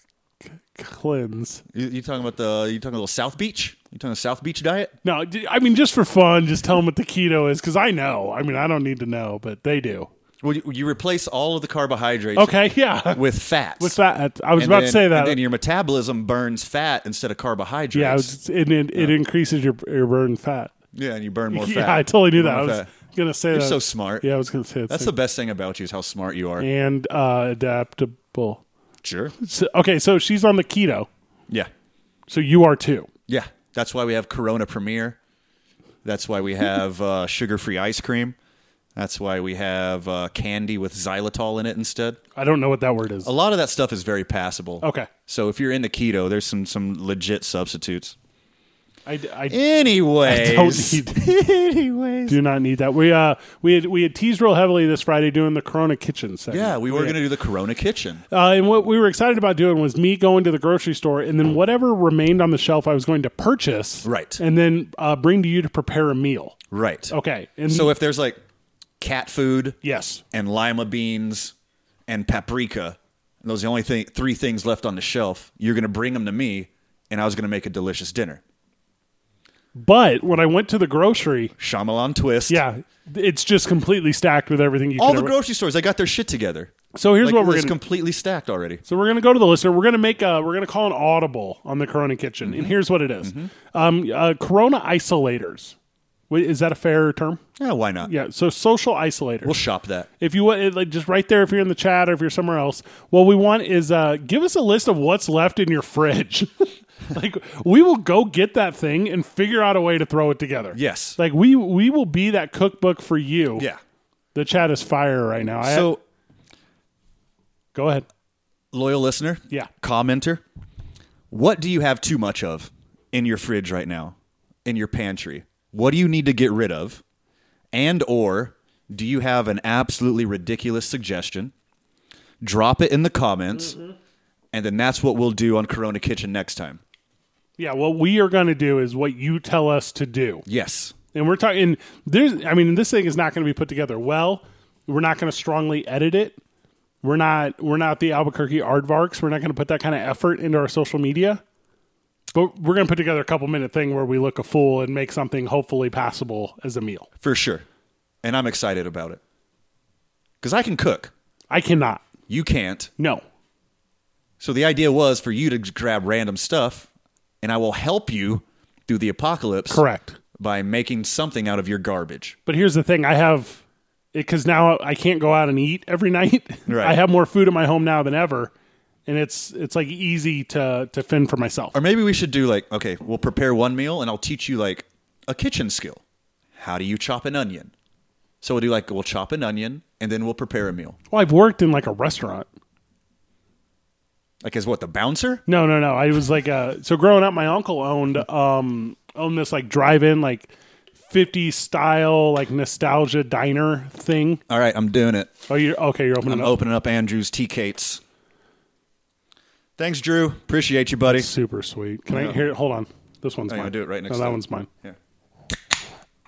D: c- cleanse.
E: You, you talking about the? You talking a little South Beach? You talking a South Beach diet?
D: No, d- I mean just for fun, just tell them what the keto is because I know. I mean, I don't need to know, but they do.
E: Well, you, you replace all of the carbohydrates
D: Okay, yeah.
E: with fats.
D: What's that? I was
E: And
D: about to
E: then-
D: say that.
E: And then your metabolism burns fat instead of carbohydrates.
D: yeah, it's- it, it, it increases your your burn fat.
E: yeah, and you burn more
D: Yeah,
E: fat.
D: I totally knew
E: You
D: that. I
E: burn
D: was
E: fat.
D: gonna say
E: You're
D: that.
E: so smart.
D: Yeah, I was gonna say that.
E: That's the best thing about you is how smart you are.
D: and uh, adaptable.
E: Sure.
D: So, okay, so she's on the keto.
E: Yeah.
D: So you are too.
E: Yeah. That's why we have Corona Premier. That's why we have uh, sugar-free ice cream. That's why we have uh, candy with xylitol in it instead.
D: I don't know what that word is.
E: A lot of that stuff is very passable.
D: Okay.
E: So if you're into keto, there's some some legit substitutes.
D: I, I
E: Anyways,
D: don't
E: anyways.
D: do not need that. We uh we had we had teased real heavily this Friday doing the Corona Kitchen segment.
E: Yeah, we were gonna do the Corona Kitchen.
D: Uh, and what we were excited about doing was me going to the grocery store and then whatever remained on the shelf I was going to purchase,
E: Right.
D: and then uh, bring to you to prepare a meal.
E: Right.
D: Okay, and
E: So if there's like cat food,
D: yes,
E: and lima beans and paprika. And those are the only thing, three things left on the shelf. You're going to bring them to me, and I was going to make a delicious dinner.
D: but when I went to the grocery,
E: Shyamalan twist.
D: yeah, it's just completely stacked with everything you.
E: All
D: could
E: the
D: ever-
E: grocery stores, they got their shit together.
D: So here's
E: Like,
D: what we're
E: it's
D: gonna.
E: completely stacked already.
D: So we're gonna go to the listener. We're gonna make a. We're gonna call an audible on the Corona Kitchen,
E: Mm-hmm.
D: and here's what it is. Um, uh, corona isolators. Wait, is that a fair term?
E: Yeah, why not?
D: Yeah. So social isolators.
E: We'll shop that.
D: if you want, like, just right there. If you're in the chat or if you're somewhere else, what we want is uh, give us a list of what's left in your fridge. like we will go get that thing and figure out a way to throw it together.
E: Yes.
D: Like we we will be that cookbook for you.
E: Yeah.
D: The chat is fire right now. I-
E: So,
D: go ahead.
E: loyal listener,
D: Yeah.
E: commenter, what do you have too much of in your fridge right now, in your pantry? What do you need to get rid of? And or do you have an absolutely ridiculous suggestion? Drop it in the comments,
D: Mm-hmm.
E: and then that's what we'll do on Corona Kitchen next time.
D: Yeah. What we are gonna do is what you tell us to do.
E: Yes.
D: And we're talking there's I mean this thing is not going to be put together well. We're not going to strongly edit it. We're not we're not the Albuquerque aardvarks. We're not going to put that kind of effort into our social media. But we're going to put together a couple minute thing where we look a fool and make something hopefully passable as a meal.
E: For sure. And I'm excited about it. Cuz I can cook.
D: I cannot.
E: You can't.
D: No.
E: So the idea was for you to j- grab random stuff and I will help you through the apocalypse.
D: Correct.
E: by making something out of your garbage.
D: But here's the thing, I have it cuz now I can't go out and eat every night.
E: Right.
D: I have more food in my home now than ever and it's it's like easy to to fend for myself.
E: Or maybe we should do like, okay, we'll prepare one meal and I'll teach you like a kitchen skill. How do you chop an onion? So we'll do like, we'll chop an onion and then we'll prepare a meal.
D: Well, I've worked in like a restaurant.
E: Like, as what, the bouncer?
D: No, no, no. I was like, uh, so growing up, my uncle owned um owned this like drive-in like 50s style like nostalgia diner thing.
E: All right, I'm doing it.
D: Oh, you're okay. You're
E: I'm
D: opening up.
E: opening up Andrew's Tea Cates. Thanks, Drew. Appreciate you, buddy.
D: Super sweet. Can I
E: Yeah.
D: hear it? Hold on. This one's
E: Oh, you
D: mine.
E: wanna do it right next
D: No, that
E: to it?
D: one's mine.
E: Yeah.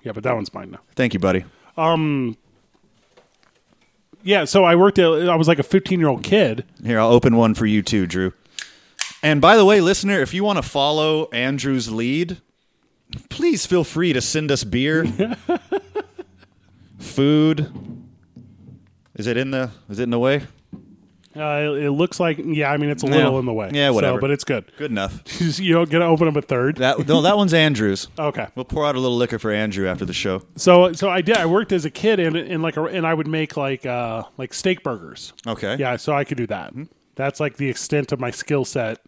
D: Yeah, but that one's mine now.
E: Thank you, buddy.
D: Yeah. So I worked. At, I was like a 15 year old kid.
E: Here, I'll open one for you too, Drew. And by the way, listener, if you want to follow Andrew's lead, please feel free to send us beer, food. Is it in the Is it in the way?
D: Uh, it, it looks like yeah. I mean, it's a
E: Yeah.
D: little in the way.
E: Yeah,
D: So,
E: whatever.
D: but it's good.
E: Good enough.
D: you don't get to open up a third.
E: That no, that one's Andrew's.
D: okay.
E: We'll pour out a little liquor for Andrew after the show.
D: So so I did. I worked as a kid and and like a, and I would make like uh like steak burgers.
E: Okay. Mm-hmm.
D: Yeah, so I could do that. That's like the extent of my skill set.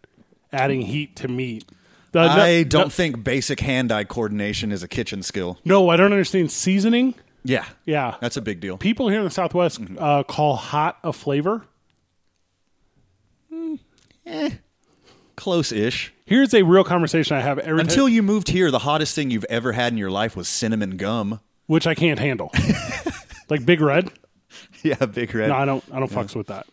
D: Adding heat to meat. The- no-
E: I
D: no-
E: don't think basic hand-eye coordination is a kitchen skill.
D: No, I don't understand seasoning.
E: Yeah.
D: Yeah,
E: That's a Mm-hmm. big deal.
D: people here in the Southwest uh, call hot a flavor.
E: Close-ish.
D: Here's a real conversation I have every ti-
E: Until you moved here, the hottest thing you've ever had in your life was cinnamon gum.
D: which I can't handle. like Big Red.
E: Yeah, big red.
D: No, I don't. I don't fucks with that.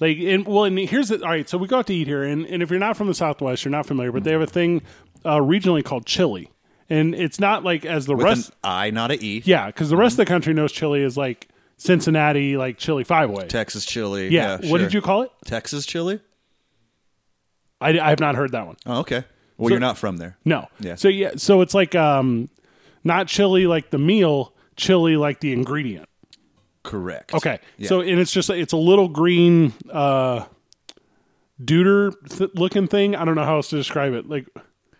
D: Like, and well, and here's the all right. So we go out to eat here, and, and if you're not from the Southwest, you're not familiar, but they have a thing uh, regionally called chili, and it's not like as the
E: With
D: rest.
E: an I, not a E.
D: yeah, because the rest of the country knows chili is like Cincinnati, like chili five way.
E: Texas chili.
D: yeah. what
E: sure.
D: did you call it?
E: Texas chili?
D: I, I have not heard that one.
E: Oh, okay. Well, you're not from there.
D: No.
E: Yeah.
D: So yeah. So it's like um, not chili like the meal, chili like the ingredient.
E: Correct.
D: Okay.
E: Yeah.
D: So and it's just it's a little green uh deuter th- looking thing. I don't know how else to describe it. Like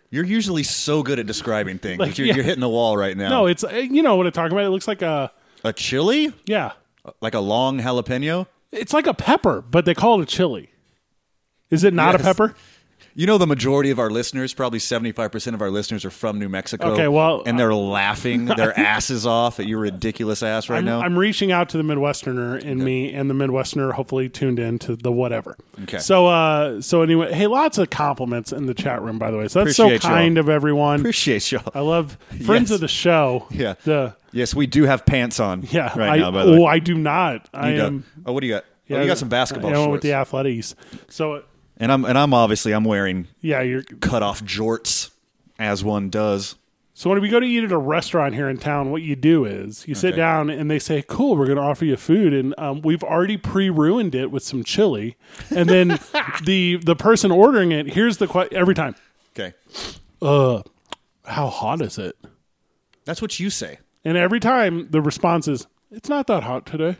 E: You're usually so good at describing things.
D: Like,
E: you're,
D: yeah.
E: you're hitting the wall right now.
D: no, it's uh, you know what I'm talking about. It looks like a
E: a chili?
D: yeah.
E: Like a long jalapeno?
D: It's like a pepper, but they call it a chili. Is it not a
E: Yes.
D: pepper?
E: You know, the majority of our listeners, probably 75% of our listeners, are from New Mexico.
D: Okay, well,
E: and they're laughing their asses off at your ridiculous ass right
D: I'm,
E: now.
D: I'm reaching out to the Midwesterner in me, and the Midwesterner hopefully tuned in to the whatever.
E: Okay.
D: So, uh, so anyway, hey, lots of compliments in the chat room, by the way. So that's
E: Appreciate
D: so
E: y'all.
D: kind of everyone.
E: Appreciate y'all.
D: I love friends
E: Yes.
D: of the show.
E: yeah.
D: The
E: yes, we do have pants on.
D: yeah.
E: Right
D: I,
E: now, by the way.
D: oh, I do not. I
E: You got-
D: am.
E: oh, what do you got?
D: yeah,
E: oh, you got some basketball
D: I went
E: shorts.
D: with the athletics. So uh,
E: and I'm and I'm obviously I'm wearing
D: yeah, you're.
E: cut off jorts, as one does.
D: So when we go to eat at a restaurant here in town, what you do is you sit
E: Okay.
D: down and they say, "Cool, we're going to offer you food," and um, we've already pre-ruined it with some chili, and then the the person ordering it here's the que- every time,
E: Okay,
D: "How hot is it?"
E: that's what you say.
D: And every time the response is, "It's not that hot today."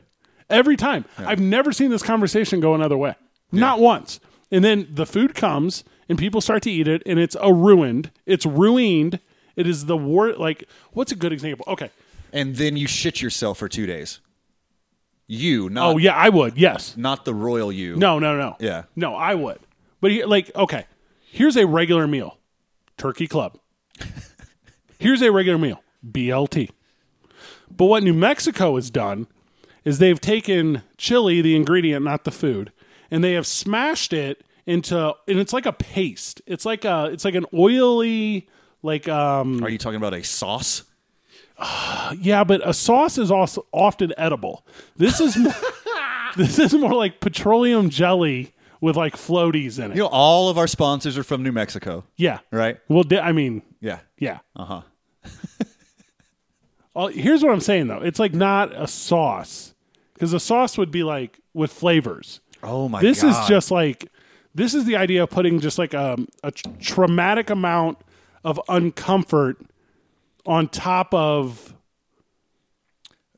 D: Every time, I've never seen this conversation go another way, not once. And then the food comes and people start to eat it, and it's a ruined. It's ruined. It is the war. Like, what's a good example? Okay.
E: And then you shit yourself for two days. You, not
D: Oh yeah, I would. Yes.
E: not the royal you.
D: No, no, no.
E: Yeah.
D: No, I would. But he, like, okay, here's a regular meal, Turkey Club. here's a regular meal, BLT. But what New Mexico has done is they've taken chili, the ingredient, not the food, and they have smashed it into, and it's like a paste. It's like a, it's like an oily, like um,
E: Are you talking about a sauce?
D: yeah, but a sauce is also often edible. This is more, this is more like petroleum jelly with like floaties in it.
E: You know, all of our sponsors are from New Mexico,
D: yeah.
E: right? Uh-huh.
D: Well, di- I mean,
E: Yeah.
D: yeah. Uh huh. here's what I'm saying though. It's like not a sauce because a sauce would be like with flavors.
E: Oh my
D: this
E: god.
D: is just like this is the idea of putting just like a, a tr- traumatic amount of uncomfort on top of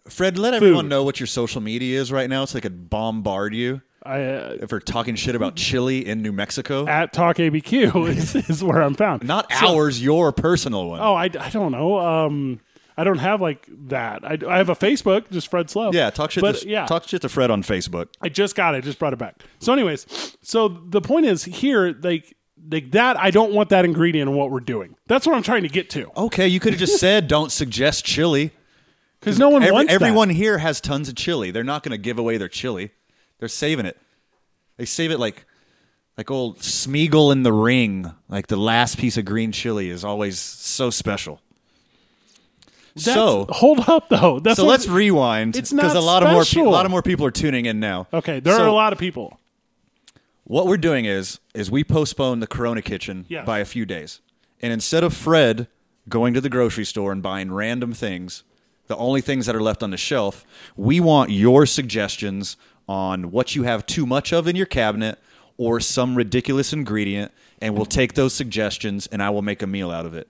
E: Fred, let everyone know what your social media is right now so they could bombard you
D: I,
E: if we're talking shit about chili in New Mexico.
D: uh, at Talk ABQ is, is where I'm found.
E: Not ours, your personal one.
D: Oh, I, I don't know. Um, I don't have like that. I, I have a Facebook, just Fred Slow.
E: Yeah, talk shit
D: But
E: to
D: yeah,
E: talk shit to Fred on Facebook.
D: I just got it. Just brought it back. So, anyways, so the point is here, like like that. I don't want that ingredient in what we're doing. That's what I'm trying to get to.
E: Okay, you could have just said don't suggest chili.
D: Because no one
E: Every-
D: wants that.
E: everyone here has tons of chili. They're not going to give away their chili. They're saving it. They save it like like old Smeagol in the ring. Like the last piece of green chili is always so special.
D: That's-
E: so
D: hold up though. That's
E: so
D: what-
E: let's rewind
D: It's
E: because
D: not
E: a lot of more pe-
D: special.
E: a lot of more people are tuning in now.
D: Okay, there
E: So
D: are a lot of people.
E: What we're doing is is we postpone the Corona Kitchen
D: Yes.
E: by a few days, and instead of Fred going to the grocery store and buying random things, the only things that are left on the shelf, we want your suggestions on what you have too much of in your cabinet or some ridiculous ingredient, and we'll take those suggestions and I will make a meal out of it.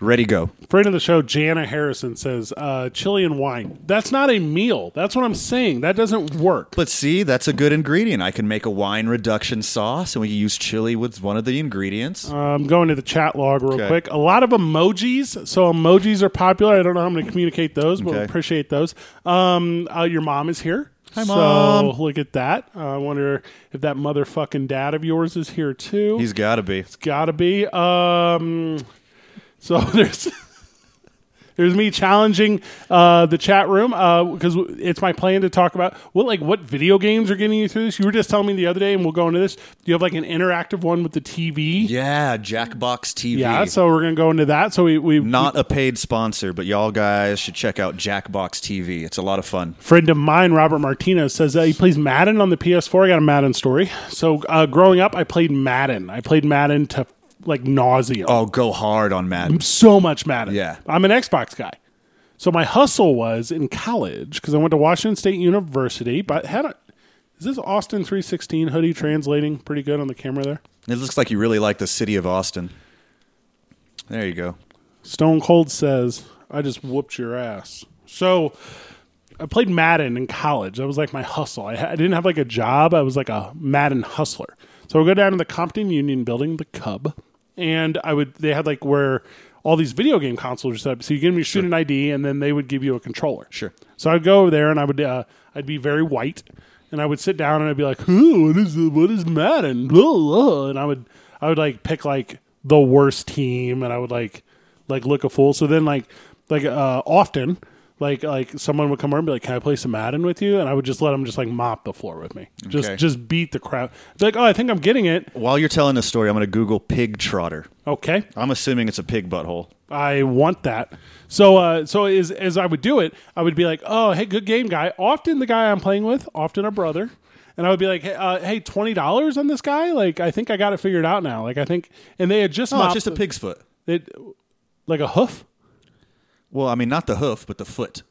E: Ready, go.
D: Friend of the show, Jana Harrison says, uh, "Chili and wine. That's not a meal. That's what I'm saying. That doesn't work."
E: But see, that's a good ingredient. I can make a wine reduction sauce, and we can use chili with one of the ingredients.
D: I'm going to the chat log real
E: Okay.
D: quick. A lot of emojis. So emojis are popular. I don't know how I'm going to communicate those, but we
E: Okay.
D: appreciate those. Um, uh, your mom is here. Hi,
E: Mom.
D: So look at that. Uh, I wonder if that motherfucking dad of yours is here too.
E: He's got to be.
D: gotta be. Um, so there's there's me challenging uh, the chat room because it's my plan to talk about what like what video games are getting you through this. You were just telling me the other day, and we'll go into this. You have like an interactive one with the TV.
E: Yeah, Jackbox TV.
D: Yeah, so we're gonna go into that. So we, we
E: not a paid sponsor, but y'all guys should check out Jackbox TV. It's a lot of fun.
D: friend of mine, Robert Martinez, says uh, he plays Madden on the PS4. I got a Madden story. So uh, growing up, I played Madden. I played Madden to like nausea.
E: Oh, go hard on Madden.
D: so much Madden.
E: Yeah.
D: I'm an Xbox guy. So my hustle was in college because I went to Washington State University, but had a is this Austin 316 hoodie translating pretty good on the camera there?
E: It looks like you really like the city of Austin. There you go.
D: Stone Cold says, I just whooped your ass. So I played Madden in college. That was like my hustle. I, ha- I didn't have like a job. I was like a Madden hustler. So I would go down to the Compton Union building, the Cub, and I would, they had like where all these video game consoles are set up. So you give them your student ID and then they would give you a controller.
E: Sure.
D: So I'd go over there and I would, uh, I'd be very white and I would sit down and I'd be like, "Who? What is what is Madden?" Blah, blah. And I would I would like pick like the worst team, and I would like like look a fool. So then like like uh, often like like someone would come over and be like, "Can I play some Madden with you?" And I would just let them just like mop the floor with me, just
E: Okay.
D: just beat the crap. Be like, "Oh, I think I'm getting it."
E: While you're telling this story, I'm going to Google pig trotter.
D: Okay,
E: I'm assuming it's a pig butthole.
D: I want that. So, uh, so as as I would do it, I would be like, "Oh, hey, good game, guy." Often the guy I'm playing with, often a brother, and I would be like, "Hey, uh, hey twenty dollars on this guy? Like, I think I got it figured out now. Like, I think." And they had just
E: No,
D: mopped
E: Oh, it's just a pig's foot.
D: it, like a hoof.
E: Well, I mean, not the hoof, but the foot.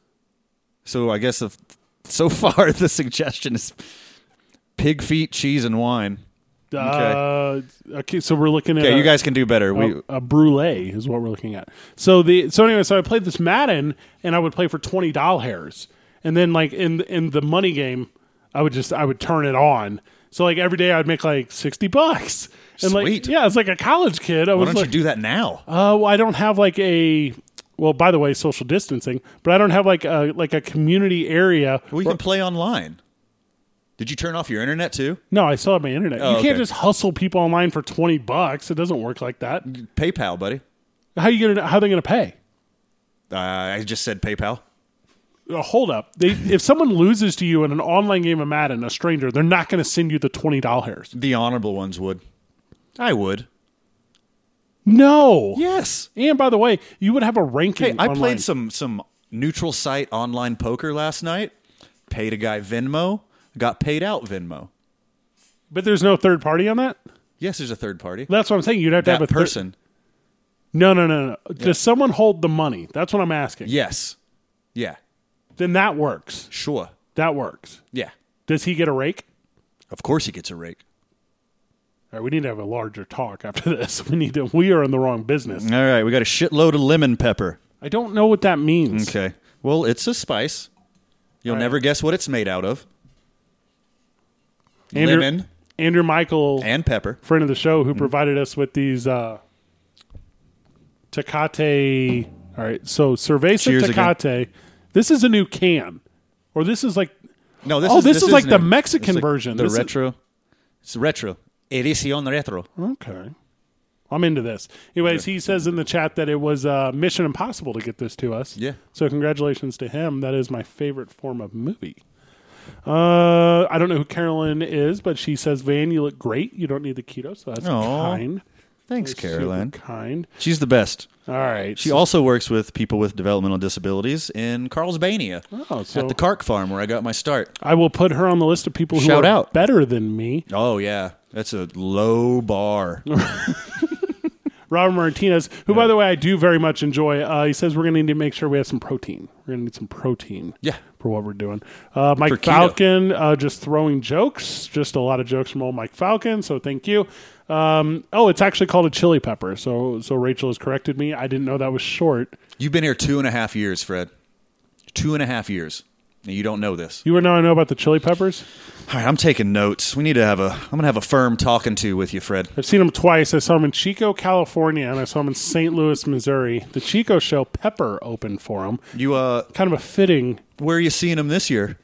E: So I guess if, so far the suggestion is pig feet, cheese, and wine.
D: Okay. Uh, okay. So we're looking at
E: Okay,
D: a-
E: you guys can do better. We
D: a, a brulee is what we're looking at. So the so anyway, so I played this Madden and I would play for twenty doll hairs, and then like in in the money game, I would just I would turn it on. So like every day I'd make like sixty bucks. And like
E: Sweet.
D: yeah, it's like a college kid. I
E: why
D: was
E: don't
D: like,
E: you do that now?
D: uh, well, I don't have like a well, by the way, social distancing, but I don't have like a like a community area.
E: we can play online. Did you turn off your internet too?
D: No, I still have my internet. you can't
E: Oh, okay.
D: just hustle people online for twenty bucks. It doesn't work like that.
E: PayPal, buddy.
D: How you gonna how are they gonna pay?
E: Uh, I just said PayPal.
D: Uh, hold up. They, if someone loses to you in an online game of Madden, a stranger, they're not going to send you the twenty dollars.
E: The honorable ones would. I would.
D: No.
E: Yes.
D: And by the way, you would have a ranking.
E: Hey, I
D: online.
E: played some some neutral site online poker last night. Paid a guy Venmo. Got paid out Venmo.
D: but there's no third party on that.
E: Yes, there's a third party.
D: That's what I'm saying. You'd have to
E: That
D: have a thir-
E: person.
D: no, no, no, no. Does someone hold the money? That's what I'm asking.
E: Yes. Yeah.
D: Then that works.
E: Sure.
D: That works.
E: Yeah.
D: Does he get a rake?
E: Of course he gets a rake.
D: All right, we need to have a larger talk after this. We need to. We are in the wrong business.
E: All right, we got a shitload of lemon pepper.
D: I don't know what that means.
E: Okay. Well, it's a spice. You'll
D: All right.
E: never guess what it's made out of.
D: Andrew,
E: Lemon
D: Andrew Michael
E: and pepper.
D: friend of the show
E: Mm-hmm.
D: who provided us with these uh Tecate. All right, so Cerveza
E: Cheers again.
D: Tecate. This is a new can, or this is like
E: No, this
D: Oh,
E: is
D: this is like the
E: new.
D: Mexican
E: It's like
D: version.
E: The
D: This is-
E: retro. It's retro. Edición retro.
D: okay. I'm into this. Anyways, he says in the chat that it was uh, Mission Impossible to get this to us.
E: Yeah.
D: So congratulations to him. That is my favorite form of movie. Uh, I don't know who Carolyn is, but she says, "Van, you look great. You don't need the keto, so that's
E: Aw.
D: kind.
E: Thanks,
D: Super
E: Caroline.
D: kind.
E: She's the best.
D: All right.
E: She also works with people with developmental disabilities in Carlsbania
D: Oh, so-
E: at the Kark Farm where I got my start.
D: I will put her on the list of people who
E: Shout
D: are
E: out.
D: better than me.
E: Oh yeah, that's a low bar.
D: Robert Martinez, who, by the way, I do very much enjoy. Uh, he says we're going to need to make sure we have some protein. We're going to need some protein.
E: Yeah.
D: For what we're doing. Uh, Mike
E: For keto.
D: Falcon, uh, just throwing jokes. Just a lot of jokes from old Mike Falcon. So thank you. Um, oh, it's actually called a chili pepper. So, so Rachel has corrected me. I didn't know that was short.
E: You've been here two and a half years, Fred. Two and a half years, and you don't know this.
D: You would know I know about the chili peppers.
E: All right, I'm taking notes. We need to have a. I'm gonna have a firm talking to with you, Fred.
D: I've seen him twice. I saw him in Chico, California, and I saw him in St. Louis, Missouri. The Chico show, Pepper, opened for him.
E: You uh,
D: Kind of a fitting
E: where are you seeing him this year?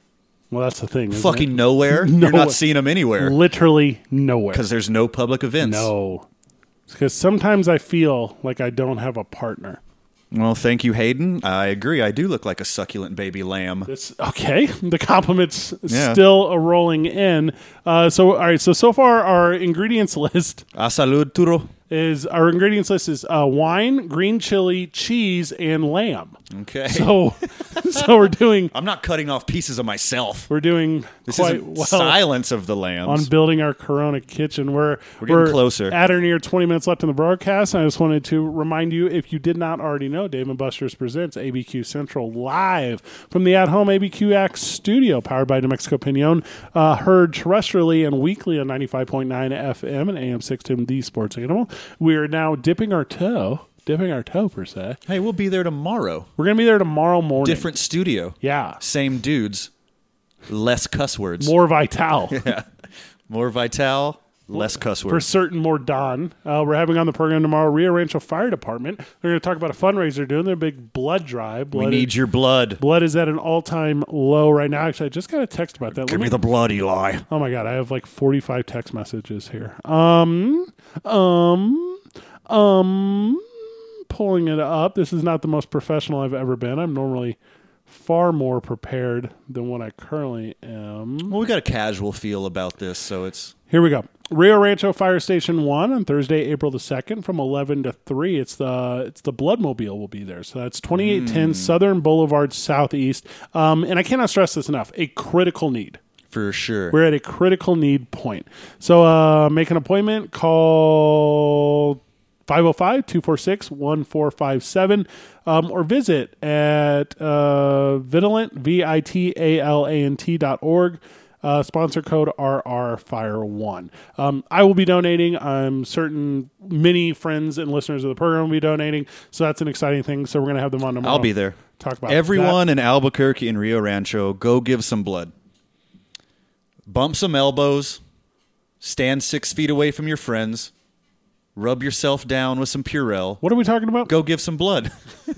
D: Well, that's the thing. isn't
E: Fucking nowhere. You're
D: Nowhere.
E: not seeing him
D: it?
E: anywhere
D: literally nowhere.
E: because there's no public events.
D: no, because sometimes I feel like I don't have a partner.
E: Well, thank you, Hayden. I agree. I do look like a succulent baby lamb.
D: It's okay. The compliments
E: Yeah.
D: still are rolling in. Uh, so all right. So so far our ingredients list
E: A salud, Turo.
D: is our ingredients list is uh, wine, green chili, cheese, and lamb.
E: Okay.
D: So so we're doing
E: I'm not cutting off pieces of myself.
D: we're doing
E: This
D: quite
E: is
D: well.
E: silence of the
D: on
E: lambs.
D: building our Corona kitchen. We're we're,
E: getting closer.
D: At or near 20 minutes left in the broadcast. I just wanted to remind you, if you did not already know, Dave and Buster's presents ABQ Central live from the at home ABQ Act studio, powered by New Mexico Pinon, uh, heard terrestrially and weekly on 95.9 FM and AM 610 The Sports Animal. We are now dipping our toe, dipping our toe per se.
E: hey, we'll be there tomorrow.
D: We're going to be there tomorrow morning.
E: Different studio.
D: Yeah.
E: Same dudes. Less cuss words.
D: More Vital.
E: More Vital. less cuss
D: for
E: words.
D: certain more Don. Uh, we're having on the program tomorrow Rio Rancho Fire Department. They're going to talk about a fundraiser they're doing their big blood drive.
E: We
D: Blood
E: need your blood.
D: blood is at an all time low right now. Actually, I just got a text about that. Let
E: Give
D: me-
E: me the blood, Eli.
D: Oh my god, I have like 45 text messages here. Um um um pulling it up. This is not the most professional I've ever been. I'm normally far more prepared than what I currently am.
E: Well, we got a casual feel about this, so it's
D: Here we go. Rio Rancho Fire Station 1 on Thursday, April the 2nd from 11 to 3. It's the it's the Bloodmobile will be there. So that's 2810 Southern Boulevard Southeast. Um, and I cannot stress this enough. A critical need.
E: for sure.
D: We're at a critical need point. So uh, make an appointment, call 505 246 1457, um, or visit at uh, Vitalant, V I T A L A N T dot org. Uh, sponsor code RRFire1. Um, I will be donating. I'm certain many friends and listeners of the program will be donating. So that's an exciting thing. So we're going to have them on tomorrow.
E: I'll be there.
D: um, Talk about
E: Everyone
D: that.
E: in Albuquerque and Rio Rancho, go give some blood. Bump some elbows. Stand six feet away from your friends. Rub yourself down with some Purell.
D: What are we talking about?
E: Go give some blood.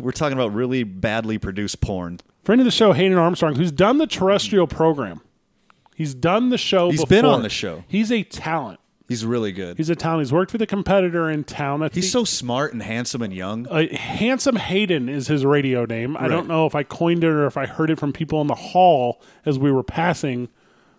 E: We're talking about really badly produced porn.
D: friend of the show Hayden Armstrong, who's done the terrestrial program. He's done the show.
E: He's
D: before.
E: been on the show.
D: He's a talent.
E: He's really good. He's,
D: He's a talent. He's worked for the competitor in town. That's the-
E: so smart and handsome and young.
D: uh, handsome Hayden is his radio name. I don't
E: Right.
D: know if I coined it or if I heard it from people in the hall as we were passing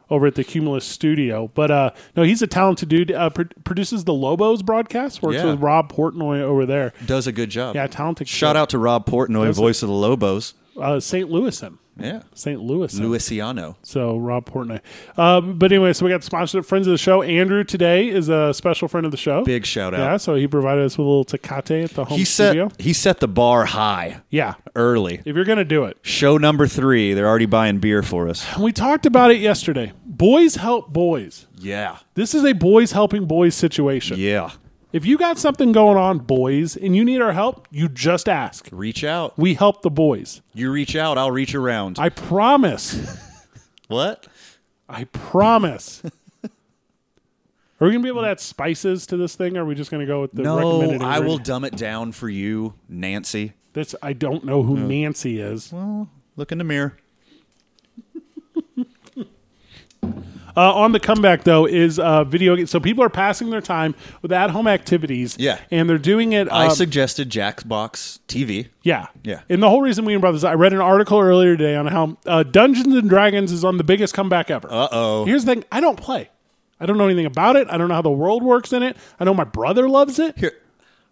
D: over at the Cumulus studio. But uh, no, he's a talented dude. Uh, pro- produces the Lobos broadcast. Works
E: Yeah.
D: with Rob Portnoy over there.
E: Does a good job.
D: Yeah, talented.
E: Shout out to Rob Portnoy, voice of the Lobos.
D: uh, St. Louisan.
E: Yeah.
D: St. Louis.
E: Luisiano.
D: So Rob Portnoy. Um, but anyway, so we got sponsorship friends of the show. Andrew today is a special friend of the show.
E: Big shout out.
D: Yeah, so he provided us with a little tecate at the home
E: he set
D: studio.
E: he set the bar high
D: Yeah.
E: early.
D: If you're gonna do it.
E: Show number three, they're already buying beer for us.
D: And we talked about it yesterday. Boys help boys.
E: Yeah,
D: This is a boys helping boys situation.
E: yeah.
D: If you got something going on, boys, and you need our help, you just ask.
E: Reach out.
D: We help the boys.
E: You reach out. I'll reach around.
D: I promise.
E: what?
D: I promise. Are we gonna be able to add spices to this thing? Or are we just gonna go with the
E: No,
D: recommended?
E: I will
D: ingredient?
E: dumb it down for you, Nancy.
D: That's I don't know who Nancy is.
E: Look in the mirror.
D: Uh, on the comeback though is uh, video. Game. So people are passing their time with at-home activities.
E: Yeah.
D: and they're doing it.
E: I
D: um,
E: suggested Jackbox TV.
D: yeah,
E: Yeah.
D: And the whole reason we brought this, I read an article earlier today on how uh, Dungeons and Dragons is on the biggest comeback ever. Uh
E: Uh-oh.
D: Here's the thing: I don't play. I don't know anything about it. I don't know how the world works in it. I know my brother loves it.
E: Here,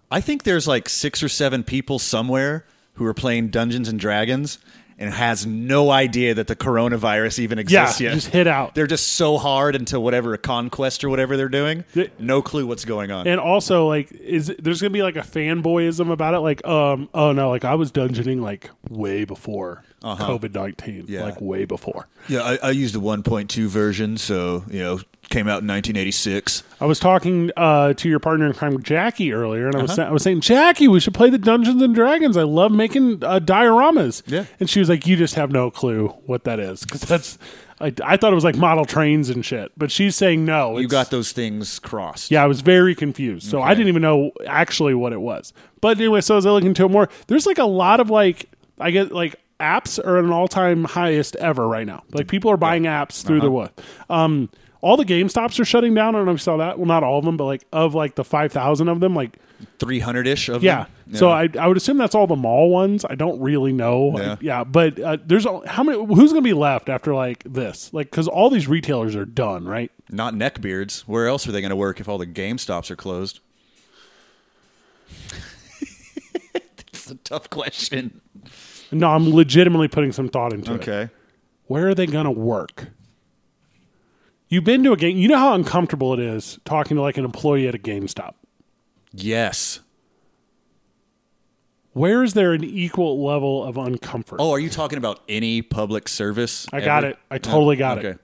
E: I think there's like six or seven people somewhere who are playing Dungeons and Dragons and has no idea that the coronavirus even
D: Yeah,
E: exists yet.
D: just hit out.
E: They're just so hard into whatever conquest or whatever they're doing.
D: Th-
E: No clue what's going on.
D: And also, like, is there's gonna be like a fanboyism about it? Like, um, oh no, like I was dungeoning like way before COVID nineteen,
E: Uh-huh. Yeah.
D: like way before.
E: yeah, I, I used the 1.2 version, so you know, came out in 1986.
D: I was talking uh, to your partner in crime, Jackie, earlier, and I was
E: Uh-huh.
D: sa- I was saying, Jackie, we should play the Dungeons and Dragons. I love making uh, dioramas.
E: Yeah.
D: and she was like, you just have no clue what that is because that's. I, I thought it was like model trains and shit, but she's saying no.
E: You
D: it's-
E: got those things crossed.
D: Yeah, I was very confused. So I didn't even know actually what it was. But anyway, so as I look into it more, there's like a lot of like I get like apps are at an all time highest ever right now. Like people are buying apps through the what. Um all the GameStops are shutting down. I don't know if you saw that. Well, not all of them, but like of like the five thousand of them, like
E: 300 ish of
D: yeah.
E: them.
D: So I, I would assume that's all the mall ones. I don't really know. I-
E: Yeah.
D: but uh, there's all, how many? Who's gonna be left after like this? Like because all these retailers are done, right?
E: not neckbeards. Where else are they going to work if all the Game Stops are closed? It's a tough question.
D: No, I'm legitimately putting some thought into it.
E: Okay.
D: where are they going to work? You've been to a game. You know how uncomfortable it is talking to like an employee at a GameStop.
E: Yes.
D: Where is there an equal level of uncomfort?
E: Oh, are you talking about any public service?
D: I got it. I totally got it.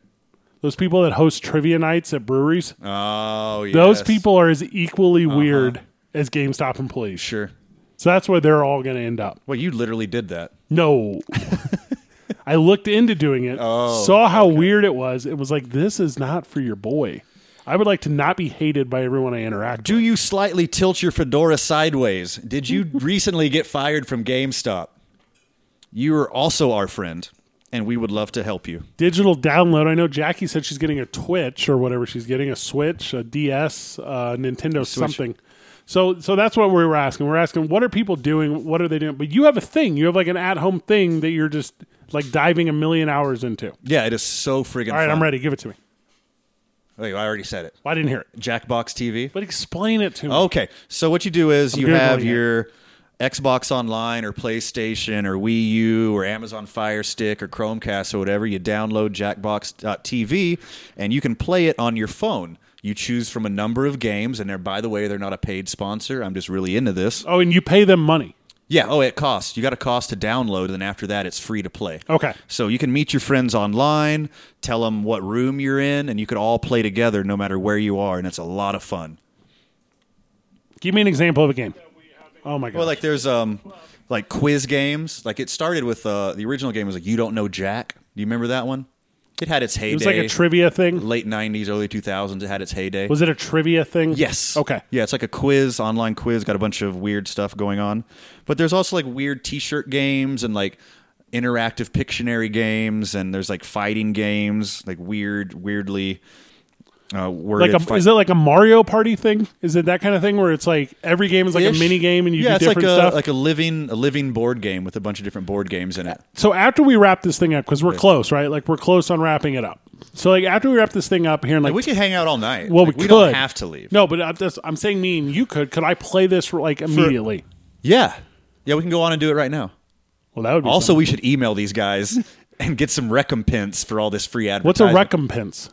D: Those people that host trivia nights at breweries,
E: Oh, yes. Uh-huh.
D: those people are as equally weird as GameStop employees.
E: Sure.
D: So that's where they're all going to end up.
E: Well, you literally did that.
D: No. I looked into doing it,
E: Oh,
D: saw how weird it was. It was like, this is not for your boy. I would like to not be hated by everyone I interact
E: Do you slightly tilt your fedora sideways? Did you recently get fired from GameStop? You are also our friend, and we would love to help you.
D: digital download. I know Jackie said she's getting a Twitch or whatever she's getting a Switch, a DS, uh, Nintendo something. So so that's what we were asking. We're asking what are people doing? What are they doing? But you have a thing. You have like an at-home thing that you're just like diving a million hours into. All
E: Yeah, it is so friggin'
D: right,
E: fun.
D: I'm ready. Give it to me.
E: Wait, I already said it.
D: Well, I didn't hear it.
E: Jackbox TV.
D: But explain it to me.
E: Okay, so what you do is you
D: Googling
E: have
D: it.
E: your Xbox Online or PlayStation or Wii U or Amazon Fire Stick or Chromecast or whatever. You download Jackbox.tv and you can play it on your phone. You choose from a number of games, and they're, by the way, they're not a paid sponsor. I'm just really into this.
D: Oh, and you pay them money.
E: Yeah. Oh, it costs. You got a cost to download, and then after that, it's free to play.
D: Okay.
E: So you can meet your friends online, tell them what room you're in, and you could all play together no matter where you are, and it's a lot of fun.
D: Give me an example of a game. Oh my god.
E: Well, like there's um, like quiz games. Like it started with uh, the original game was like you don't know Jack. Do you remember that one? It had its heyday.
D: it was like a trivia thing.
E: late '90s, early 2000s. It had its heyday.
D: Was it a trivia thing?
E: Yes.
D: Okay.
E: Yeah, it's like a quiz, online quiz, got a bunch of weird stuff going on. But there's also like weird t shirt games and like interactive Pictionary games and there's like fighting games, like weird, weirdly uh, worded.
D: Like a,
E: fight-
D: is it like a Mario Party thing? Is it that kind of thing where it's like every game is like
E: Ish.
D: a mini game and you
E: yeah,
D: do
E: it's
D: different
E: like a,
D: stuff?
E: like a living a living board game with a bunch of different board games in it.
D: so after we wrap this thing up, because we're close, right? Like we're close on wrapping it up. So like after we wrap this thing up here, in like
E: Like, we could hang out all night.
D: well,
E: Like,
D: we,
E: we
D: could.
E: don't have to leave.
D: No, but I'm, just, I'm saying me and you could. Could I play this like immediately?
E: Yeah, yeah, we can go on and do it right now.
D: well, that would be
E: Also,
D: something.
E: we should email these guys and get some recompense for all this free
D: What's a
E: advertising.
D: recompense?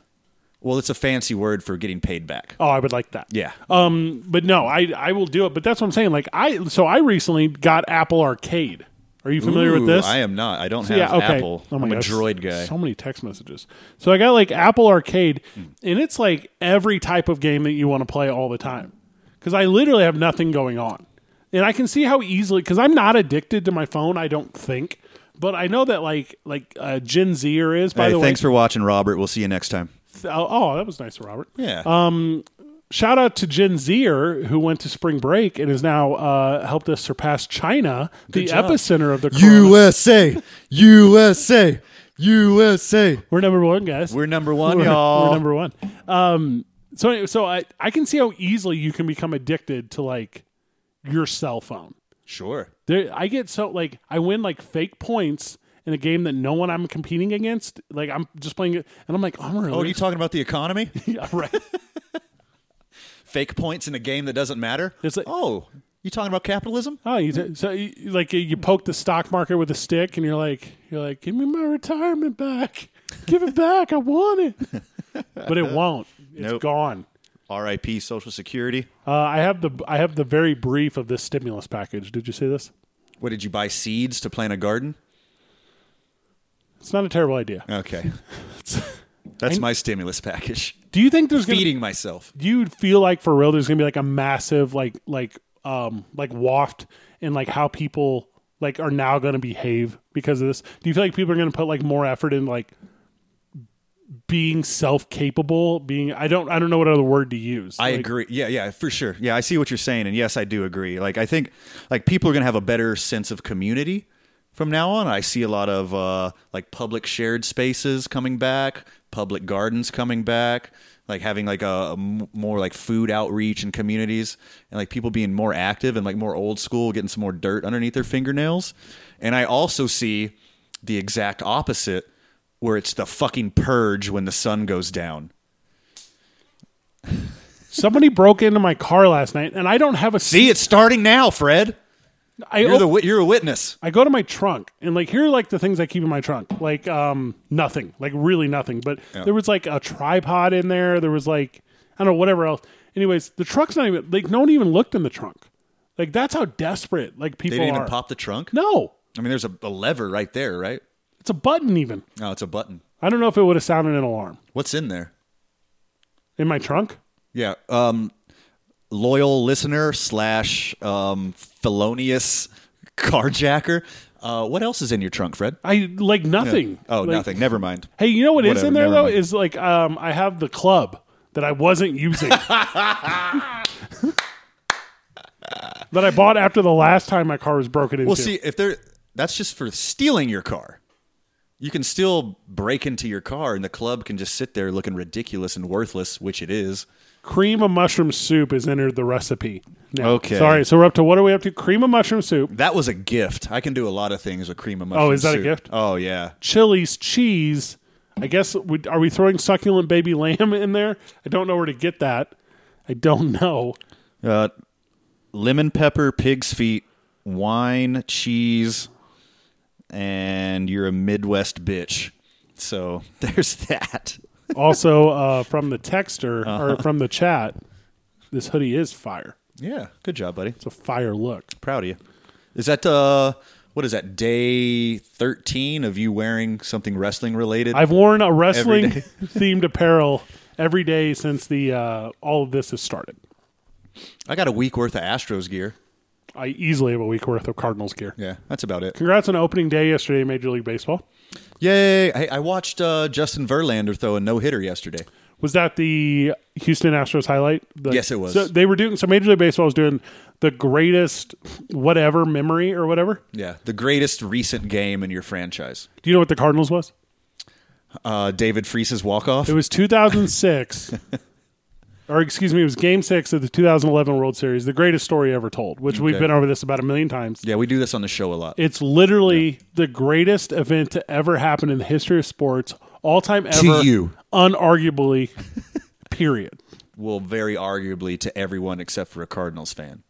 E: Well, it's a fancy word for getting paid back.
D: Oh, I would like that.
E: Yeah.
D: Um, but no, I I will do it. But that's what I'm saying. Like I so I recently got Apple Arcade. Are you familiar with
E: Ooh,
D: this?
E: I am not. I don't have
D: yeah, okay.
E: Apple.
D: Oh my
E: I'm a
D: gosh,
E: Droid guy.
D: So many text messages. So I got like Apple Arcade, and it's like every type of game that you want to play all the time. Because I literally have nothing going on, and I can see how easily. Because I'm not addicted to my phone. I don't think, but I know that like like uh, Gen Zer is. By
E: hey,
D: the way,
E: thanks for watching, Robert. We'll see you next time.
D: oh, oh, that was nice, of Robert.
E: Yeah.
D: Um, shout out to Gen Zer who went to spring break and has now uh, helped us surpass China, the
E: job.
D: epicenter of the corona.
E: USA, USA, USA.
D: We're number one, guys.
E: We're number one,
D: We're-
E: y'all.
D: We're number one. Um, so anyway, so I I can see how easily you can become addicted to like your cell phone.
E: Sure.
D: There, I get so like I win like fake points in a game that no one I'm competing against. Like I'm just playing it, and I'm like, oh, I'm really
E: Oh, are you talking about the economy?
D: Yeah, right.
E: Fake points in a game that doesn't matter?
D: It's like-
E: oh, you talking about capitalism?
D: Oh, you t- so you, you- like you- you poke the stock market with a stick, and you're like, you're like, give me my retirement back, give it back, I want it, but it won't. It's
E: Nope.
D: gone.
E: R.I.P. Social Security.
D: Uh, I have the I have the very brief of this stimulus package. Did you see this?
E: What did you buy seeds to plant a garden?
D: It's not a terrible idea.
E: Okay, that's my stimulus package.
D: Do you think there's gonna,
E: Feeding myself.
D: do you feel like for real there's gonna be like a massive like like um like waft in like how people like are now gonna behave because of this? Do you feel like people are gonna put like more effort in like being self capable, being I don't I don't know what other word to use.
E: I
D: Like,
E: agree. Yeah, yeah, for sure. Yeah, I see what you're saying, and yes, I do agree. Like, I think like people are gonna have a better sense of community from now on. I see a lot of uh, like public shared spaces coming back, public gardens coming back, like having like a, a m- more like food outreach and communities, and like people being more active and like more old school, getting some more dirt underneath their fingernails. And I also see the exact opposite, where it's the fucking purge when the sun goes down.
D: Somebody broke into my car last night and I don't have a
E: See, it's starting now, Fred.
D: I
E: You're
D: op-
E: the wit- you're a witness.
D: I go to my trunk and like here are like the things I keep in my trunk. Like um nothing. Like really nothing. But there was like a tripod in there. There was like I don't know, whatever else. Anyways, the trunk's not even like no one even looked in the trunk. Like that's how desperate like people
E: They didn't
D: are.
E: even pop the trunk.
D: no.
E: I mean, there's a, a lever right there, right?
D: It's a button even.
E: No, it's a button.
D: I don't know if it would have sounded an alarm.
E: What's in there?
D: In my trunk?
E: Yeah. Um, loyal listener slash um, felonious carjacker. Uh, what else is in your trunk, Fred?
D: I like nothing.
E: Oh,
D: Like,
E: nothing. Never mind.
D: Hey, you know what is
E: Whatever,
D: in there
E: never
D: though
E: mind.
D: is like um, I have the club that I wasn't using. that I bought after the last time my car was broken into.
E: Well, see, if they're that's just for stealing your car. You can still break into your car, and the club can just sit there looking ridiculous and worthless, which it is.
D: cream of mushroom soup is entered the recipe. now.
E: Okay.
D: Sorry. So we're up to what are we up to? Cream of mushroom soup,
E: That was a gift. I can do a lot of things with cream of mushroom
D: is that a
E: soup.
D: gift?
E: Oh yeah.
D: chilies, cheese. I guess we, are we throwing succulent baby lamb in there? I don't know where to get that. I don't know.
E: Uh, lemon pepper, pig's feet, wine, cheese, and you're a Midwest bitch. So there's that.
D: Also, uh, from the texter
E: Uh-huh.
D: or from the chat, this hoodie is fire.
E: Yeah, good job, buddy.
D: It's a fire look.
E: Proud of you. Is that uh what is that day 13 of you wearing something wrestling related?
D: I've worn a wrestling
E: day.
D: themed apparel every day since the uh, all of this has started.
E: I got a week worth of Astros gear.
D: I easily have a week worth of Cardinals gear.
E: Yeah, that's about it.
D: Congrats on opening day yesterday in Major League Baseball.
E: Yay! I, I watched uh, Justin Verlander throw a no hitter yesterday.
D: Was that the Houston Astros highlight? The-
E: Yes, it was.
D: So they were doing so Major League Baseball was doing the greatest whatever memory or whatever.
E: Yeah, the greatest recent game in your franchise.
D: Do you know what the Cardinals was?
E: Uh, David Freese's walk off.
D: It was 2006. Or excuse me, it was Game Six of the 2011 World Series, the greatest story ever told, which we've
E: Okay.
D: been over this about a million times.
E: Yeah, we do this on the show a lot.
D: It's literally the greatest event to ever happen in the history of sports, all time ever.
E: you.
D: unarguably. period.
E: well, very arguably to everyone except for a Cardinals fan.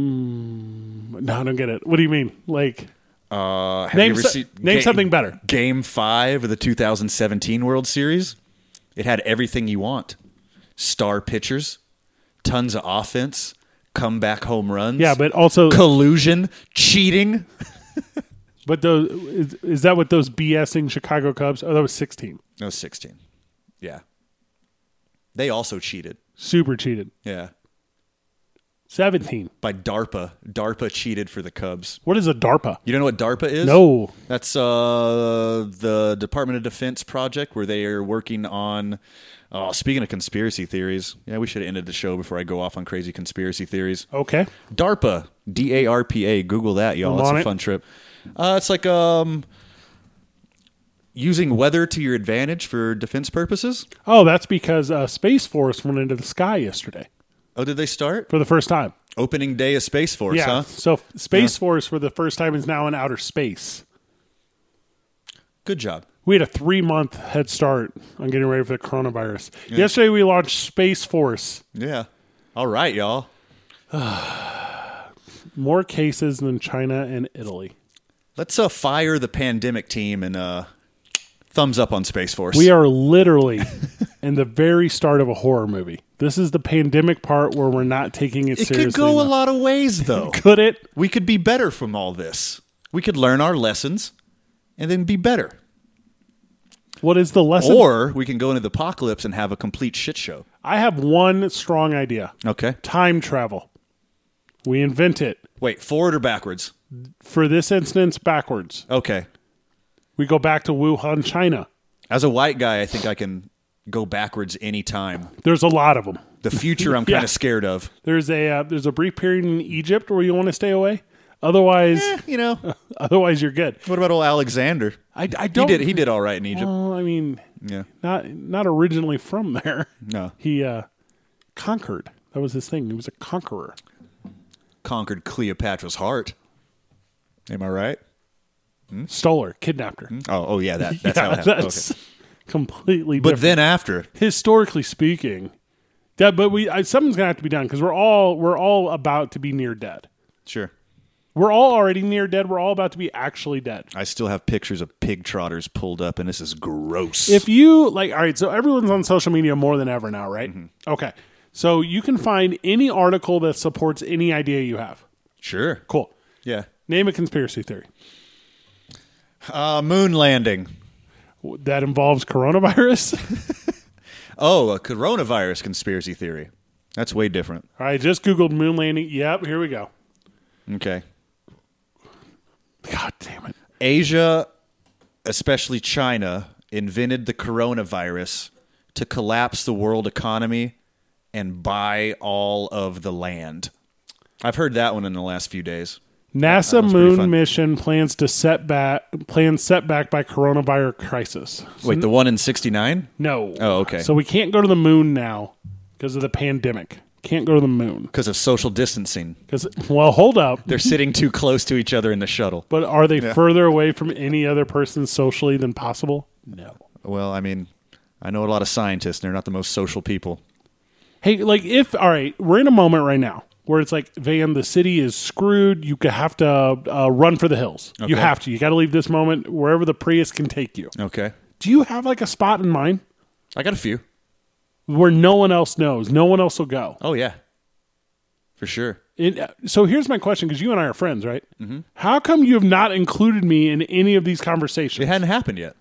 D: No, I don't get it. What do you mean? Like
E: Uh, have
D: Name
E: you ever
D: so-
E: seen-
D: name something better.
E: Game five of the 2017 World Series. It had everything you want: star pitchers, tons of offense, comeback home runs.
D: yeah, but also
E: collusion, cheating.
D: but those is, is that what those BSing Chicago Cubs? Oh, that was 16.
E: No, 16. Yeah. They also cheated.
D: Super cheated.
E: Yeah.
D: 17.
E: By DARPA. DARPA cheated for the Cubs.
D: What is a DARPA?
E: You don't know what DARPA is?
D: No.
E: That's uh, the Department of Defense project where they are working on. Oh, speaking of conspiracy theories, yeah, we should have ended the show before I go off on crazy conspiracy theories.
D: Okay.
E: DARPA, D A R P A. Google that, y'all.
D: I'm
E: It's
D: on
E: a
D: it.
E: fun trip. Uh, it's like um, using weather to your advantage for defense purposes.
D: Oh, that's because uh, Space Force went into the sky yesterday
E: Oh, did they start
D: for the first time.
E: opening day of Space Force?
D: Yeah.
E: huh?
D: So f- Space Force for the first time is now in outer space.
E: Good job.
D: we had a three month head start on getting ready for the coronavirus. Yesterday we launched Space Force.
E: Yeah. All right, y'all.
D: More cases than China and Italy.
E: Let's uh, fire the pandemic team and uh, thumbs up on Space Force.
D: We are literally in the very start of a horror movie. This is the pandemic part where we're not taking it,
E: It
D: seriously.
E: could go a
D: enough.
E: lot of ways, though.
D: Could it?
E: we could be better from all this. We could learn our lessons and then be better.
D: What is the lesson?
E: Or we can go into the apocalypse and have a complete shit show.
D: I have one strong idea.
E: Okay.
D: Time travel. We invent it.
E: Wait, forward or backwards?
D: For this instance, backwards.
E: Okay.
D: We go back to Wuhan, China.
E: As a white guy, I think I can go backwards anytime.
D: There's a lot of them.
E: The future I'm kind of
D: Yeah.
E: scared of.
D: There's a uh, there's a brief period in Egypt where you want to stay away. Otherwise,
E: Eh, you know,
D: Otherwise, you're good.
E: what about old Alexander?
D: I, I
E: He
D: don't. Oh.
E: did he did all right in Egypt.
D: Well, I mean,
E: Yeah.
D: not not originally from there.
E: No.
D: he uh, conquered. That was his thing. He was a conqueror.
E: Conquered Cleopatra's heart. Am I right?
D: Stole her, kidnapped her.
E: Oh, oh yeah, that, that's
D: yeah,
E: how it happened.
D: that's
E: Okay.
D: completely.
E: But
D: different.
E: then after,
D: historically speaking, that but we I, something's gonna have to be done because we're all we're all about to be near dead.
E: sure,
D: We're all already near dead. We're all about to be actually dead.
E: I still have pictures of pig trotters pulled up, and this is gross.
D: If you like, all right, so everyone's on social media more than ever now, right?
E: Mm-hmm.
D: Okay. So you can find any article that supports any idea you have.
E: sure,
D: Cool.
E: yeah,
D: Name a conspiracy theory
E: uh, moon landing.
D: W- that involves coronavirus.
E: Oh, a coronavirus conspiracy theory. That's way different.
D: All right, just Googled moon landing. Yep, here we go.
E: Okay, Asia, especially China, invented the coronavirus to collapse the world economy and buy all of the land. I've heard that one in the last few days.
D: NASA
E: was pretty
D: moon
E: fun.
D: mission plans to set back plans setback by coronavirus crisis.
E: Wait, the one in 69?
D: No.
E: Oh, okay.
D: So we can't go to the moon now because of the pandemic. Can't go to the moon
E: Because of social distancing.
D: because well, hold up.
E: They're sitting too close to each other in the shuttle.
D: But are they further away from any other person socially than possible? No.
E: Well, I mean, I know a lot of scientists, and they're not the most social people.
D: Hey, like if all right, we're in a moment right now where it's like, Van, the city is screwed. You could have to uh, run for the hills. You
E: Okay.
D: have to. You got to leave this moment wherever the Prius can take you.
E: Okay.
D: Do you have like a spot in mind
E: I got a few.
D: where no one else knows? No one else will go.
E: Oh, yeah. For sure.
D: It, uh, so here's my question because you and I are friends, right?
E: Mm-hmm.
D: How come you have not included me in any of these
E: It
D: conversations?
E: hadn't happened yet.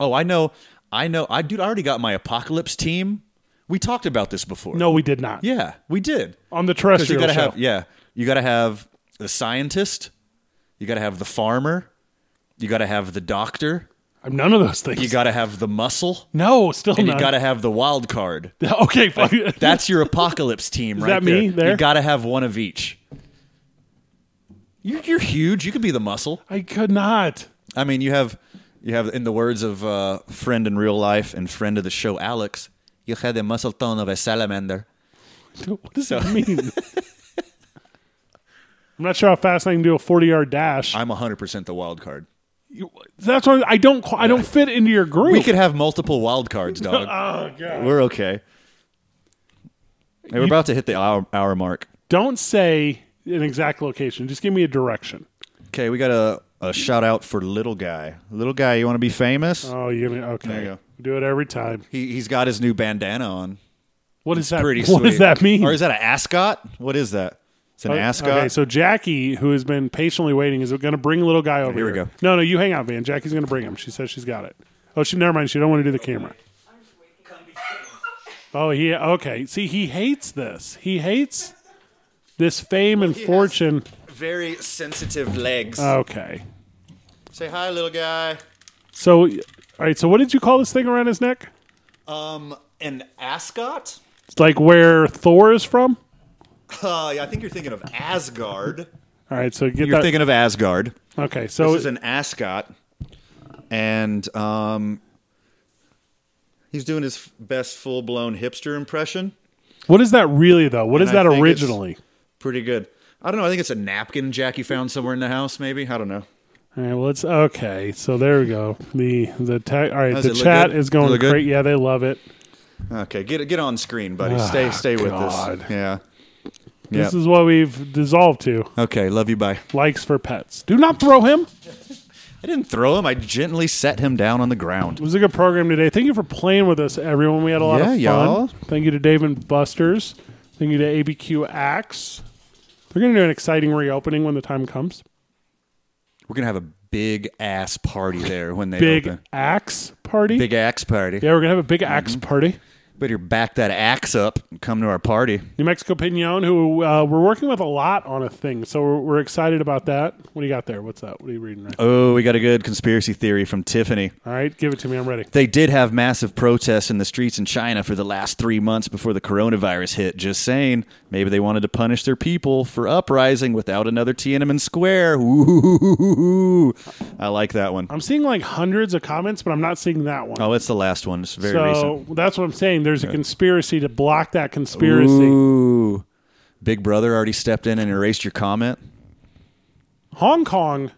E: Oh, I know. I know. I dude, I already got my apocalypse team. We talked about this before.
D: no, we did not.
E: Yeah, we did.
D: On the
E: Because you
D: terrestrial
E: gotta
D: show.
E: have yeah. You gotta have the scientist. You gotta have the farmer. You gotta have the doctor.
D: I'm none of those things.
E: You gotta have the muscle.
D: no, still
E: And
D: none.
E: you gotta have the wild card.
D: okay, fuck it.
E: That's your apocalypse team, right
D: that me there?
E: You gotta have one of each. You're, you're huge. You could be the muscle.
D: I could not.
E: I mean, you have you have in the words of uh, friend in real life and friend of the show Alex, you had the muscle tone of a salamander.
D: What does that mean? I'm not sure how fast I can do a 40 yard dash.
E: I'm 100% the wild card.
D: You- that's why I don't. qu- I don't fit into your group.
E: We could have multiple wild cards, dog.
D: Oh,
E: We're okay. Hey, we're about to hit the hour, hour mark.
D: don't say an exact location. Just give me a direction.
E: Okay, we got a, a shout out for little guy. Little guy, you want to be famous?
D: Oh, you're gonna okay.
E: There you go.
D: Do it every time.
E: he, he's got his new bandana on.
D: What is that?
E: Pretty
D: what
E: sweet.
D: does that mean?
E: Or is that an ascot? What is that? It's an
D: Oh,
E: ascot.
D: Okay, so Jackie, who has been patiently waiting, is going to bring little guy over.
E: Here we go.
D: No, no, you hang out, man. Jackie's going to bring him. She says she's got it. Oh, she never mind. She don't want to do the camera. Oh, he okay. See, he hates this. He hates this fame and fortune.
E: Very sensitive legs.
D: Uh, Okay.
E: Say hi, little guy.
D: So, all right. So, what did you call this thing around his neck?
E: An ascot?
D: It's like where Thor is from.
E: Uh, yeah, I think you're thinking of Asgard.
D: All right. So get
E: You're
D: that.
E: thinking of Asgard.
D: okay.
E: This
D: So
E: is an ascot, and um, he's doing his f- best full blown hipster impression.
D: what is that really though? What is
E: And I
D: that
E: think it's-
D: originally?
E: Pretty good. I don't know. I think it's a napkin Jackie found somewhere in the house. Maybe I don't know.
D: All right, well, it's okay. So there we go. The the tech. All right,
E: How's
D: the
E: it look
D: chat
E: good?
D: is going
E: Look good?
D: great. Yeah, they love it.
E: Okay, get get on screen, buddy. Stay stay with
D: Ah, God.
E: this. Yeah.
D: This is what we've dissolved to.
E: okay. Love you. Bye.
D: Likes for pets. Do not throw him. It
E: I didn't throw him. I gently set him down on the ground.
D: was a good program today. Thank you for playing with us, everyone. We had a lot of
E: Yeah,
D: fun.
E: y'all.
D: Thank you to Dave and Buster's. Thank you to ABQ Axe. They're going to do an exciting reopening when the time comes.
E: We're gonna have a big ass party there when they
D: Big
E: open.
D: Axe party.
E: Big Mm-hmm. axe party.
D: yeah, we're going to have a big Axe party.
E: Better back that axe up and come to our party.
D: New Mexico Pinon, who uh, we're working with a lot on a thing, so we're, we're excited about that. What do you got there? What's that? What are you reading? Right?
E: Oh, we got a good conspiracy theory from Tiffany.
D: All right, give it to me. I'm ready.
E: They did have massive protests in the streets in China for the last three months before the coronavirus hit. Just saying, maybe they wanted to punish their people for uprising without another Tiananmen Square. Ooh, I like that one.
D: I'm seeing like hundreds of comments, but I'm not seeing that one.
E: Oh, it's the last one. It's very
D: so
E: recent.
D: that's what I'm saying. There's a conspiracy to block that conspiracy.
E: Ooh, Big Brother already stepped in and erased your comment.
D: Hong Kong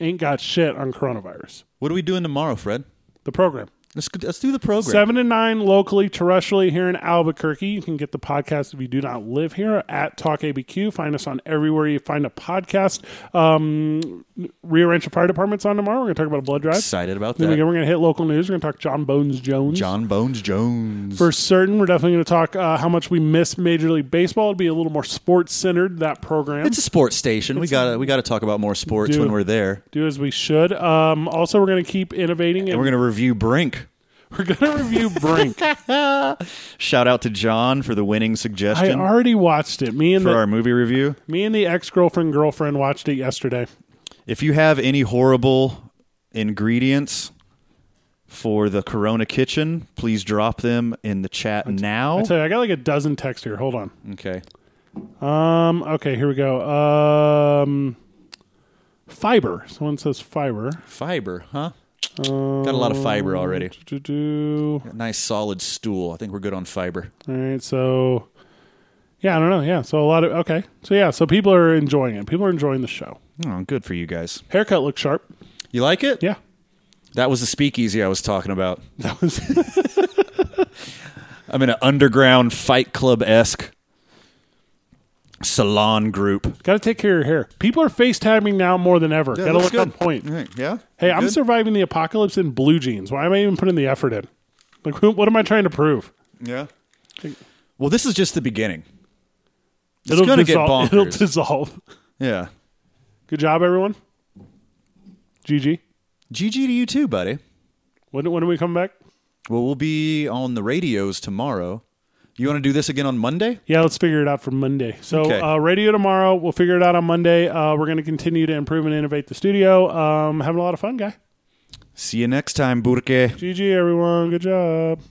D: ain't got shit on coronavirus.
E: What are we doing tomorrow, Fred?
D: The program.
E: Let's let's do the program.
D: Seven to nine locally, terrestrially here in Albuquerque. You can get the podcast if you do not live here at Talk ABQ. Find us on everywhere you find a podcast. Um, Rio Rancho Fire Department's on tomorrow. We're going to talk about a blood drive.
E: Excited about
D: Then again,
E: that.
D: we're going to hit local news. We're going to talk John Bones Jones.
E: John Bones Jones.
D: For certain, we're definitely going to talk uh, how much we miss Major League Baseball. It'd be a little more sports centered that program.
E: It's a sports station. We gotta we gotta talk about more sports
D: Do.
E: when we're there.
D: do as we should. Um, also, we're going to keep innovating, and,
E: And we're gonna review Brink.
D: We're gonna review Brink.
E: Shout out to John for the winning
D: I
E: suggestion
D: already watched it. Me and
E: for
D: the,
E: our movie review.
D: me and the ex girlfriend girlfriend watched it yesterday.
E: If you have any horrible ingredients for the Corona Kitchen, please drop them in the chat now.
D: I tell you, I got like a dozen texts here. Hold on.
E: okay. Mm.
D: Um. Okay. Here we go. Um. Fiber. Someone says fiber.
E: Fiber, huh? Got a lot of fiber already.
D: Do-do-do.
E: Nice solid stool. I think we're good on fiber.
D: All right. So. Yeah, I don't know. Yeah, so a lot of okay. So yeah, so people are enjoying it. People are enjoying the show.
E: Oh, good for you guys.
D: Haircut looks sharp.
E: You like it?
D: Yeah,
E: That was the speakeasy I was talking about.
D: that was
E: I'm in an underground fight club esque salon group.
D: Got to take care of your hair. People are FaceTiming now more than ever. Got to look on point.
E: Mm-hmm. Yeah.
D: Hey, I'm surviving the apocalypse in blue jeans. Why am I even putting the effort in? Like, who, what am I trying to prove?
E: Yeah. Well, this is just the beginning. It's
D: It'll
E: gonna get
D: dissolve. It'll
E: bonkers.
D: dissolve.
E: Yeah.
D: Good job, everyone. GG.
E: GG to you too, buddy.
D: When, when do we come back?
E: Well, we'll be on the radios tomorrow. You want to do this again on Monday?
D: Yeah, let's figure it out for Monday. So,
E: Okay.
D: uh, radio tomorrow. We'll figure it out on Monday. Uh, we're going to continue to improve and innovate the studio. Um, having a lot of fun, guy.
E: See you next time, Burke.
D: GG, everyone. Good job.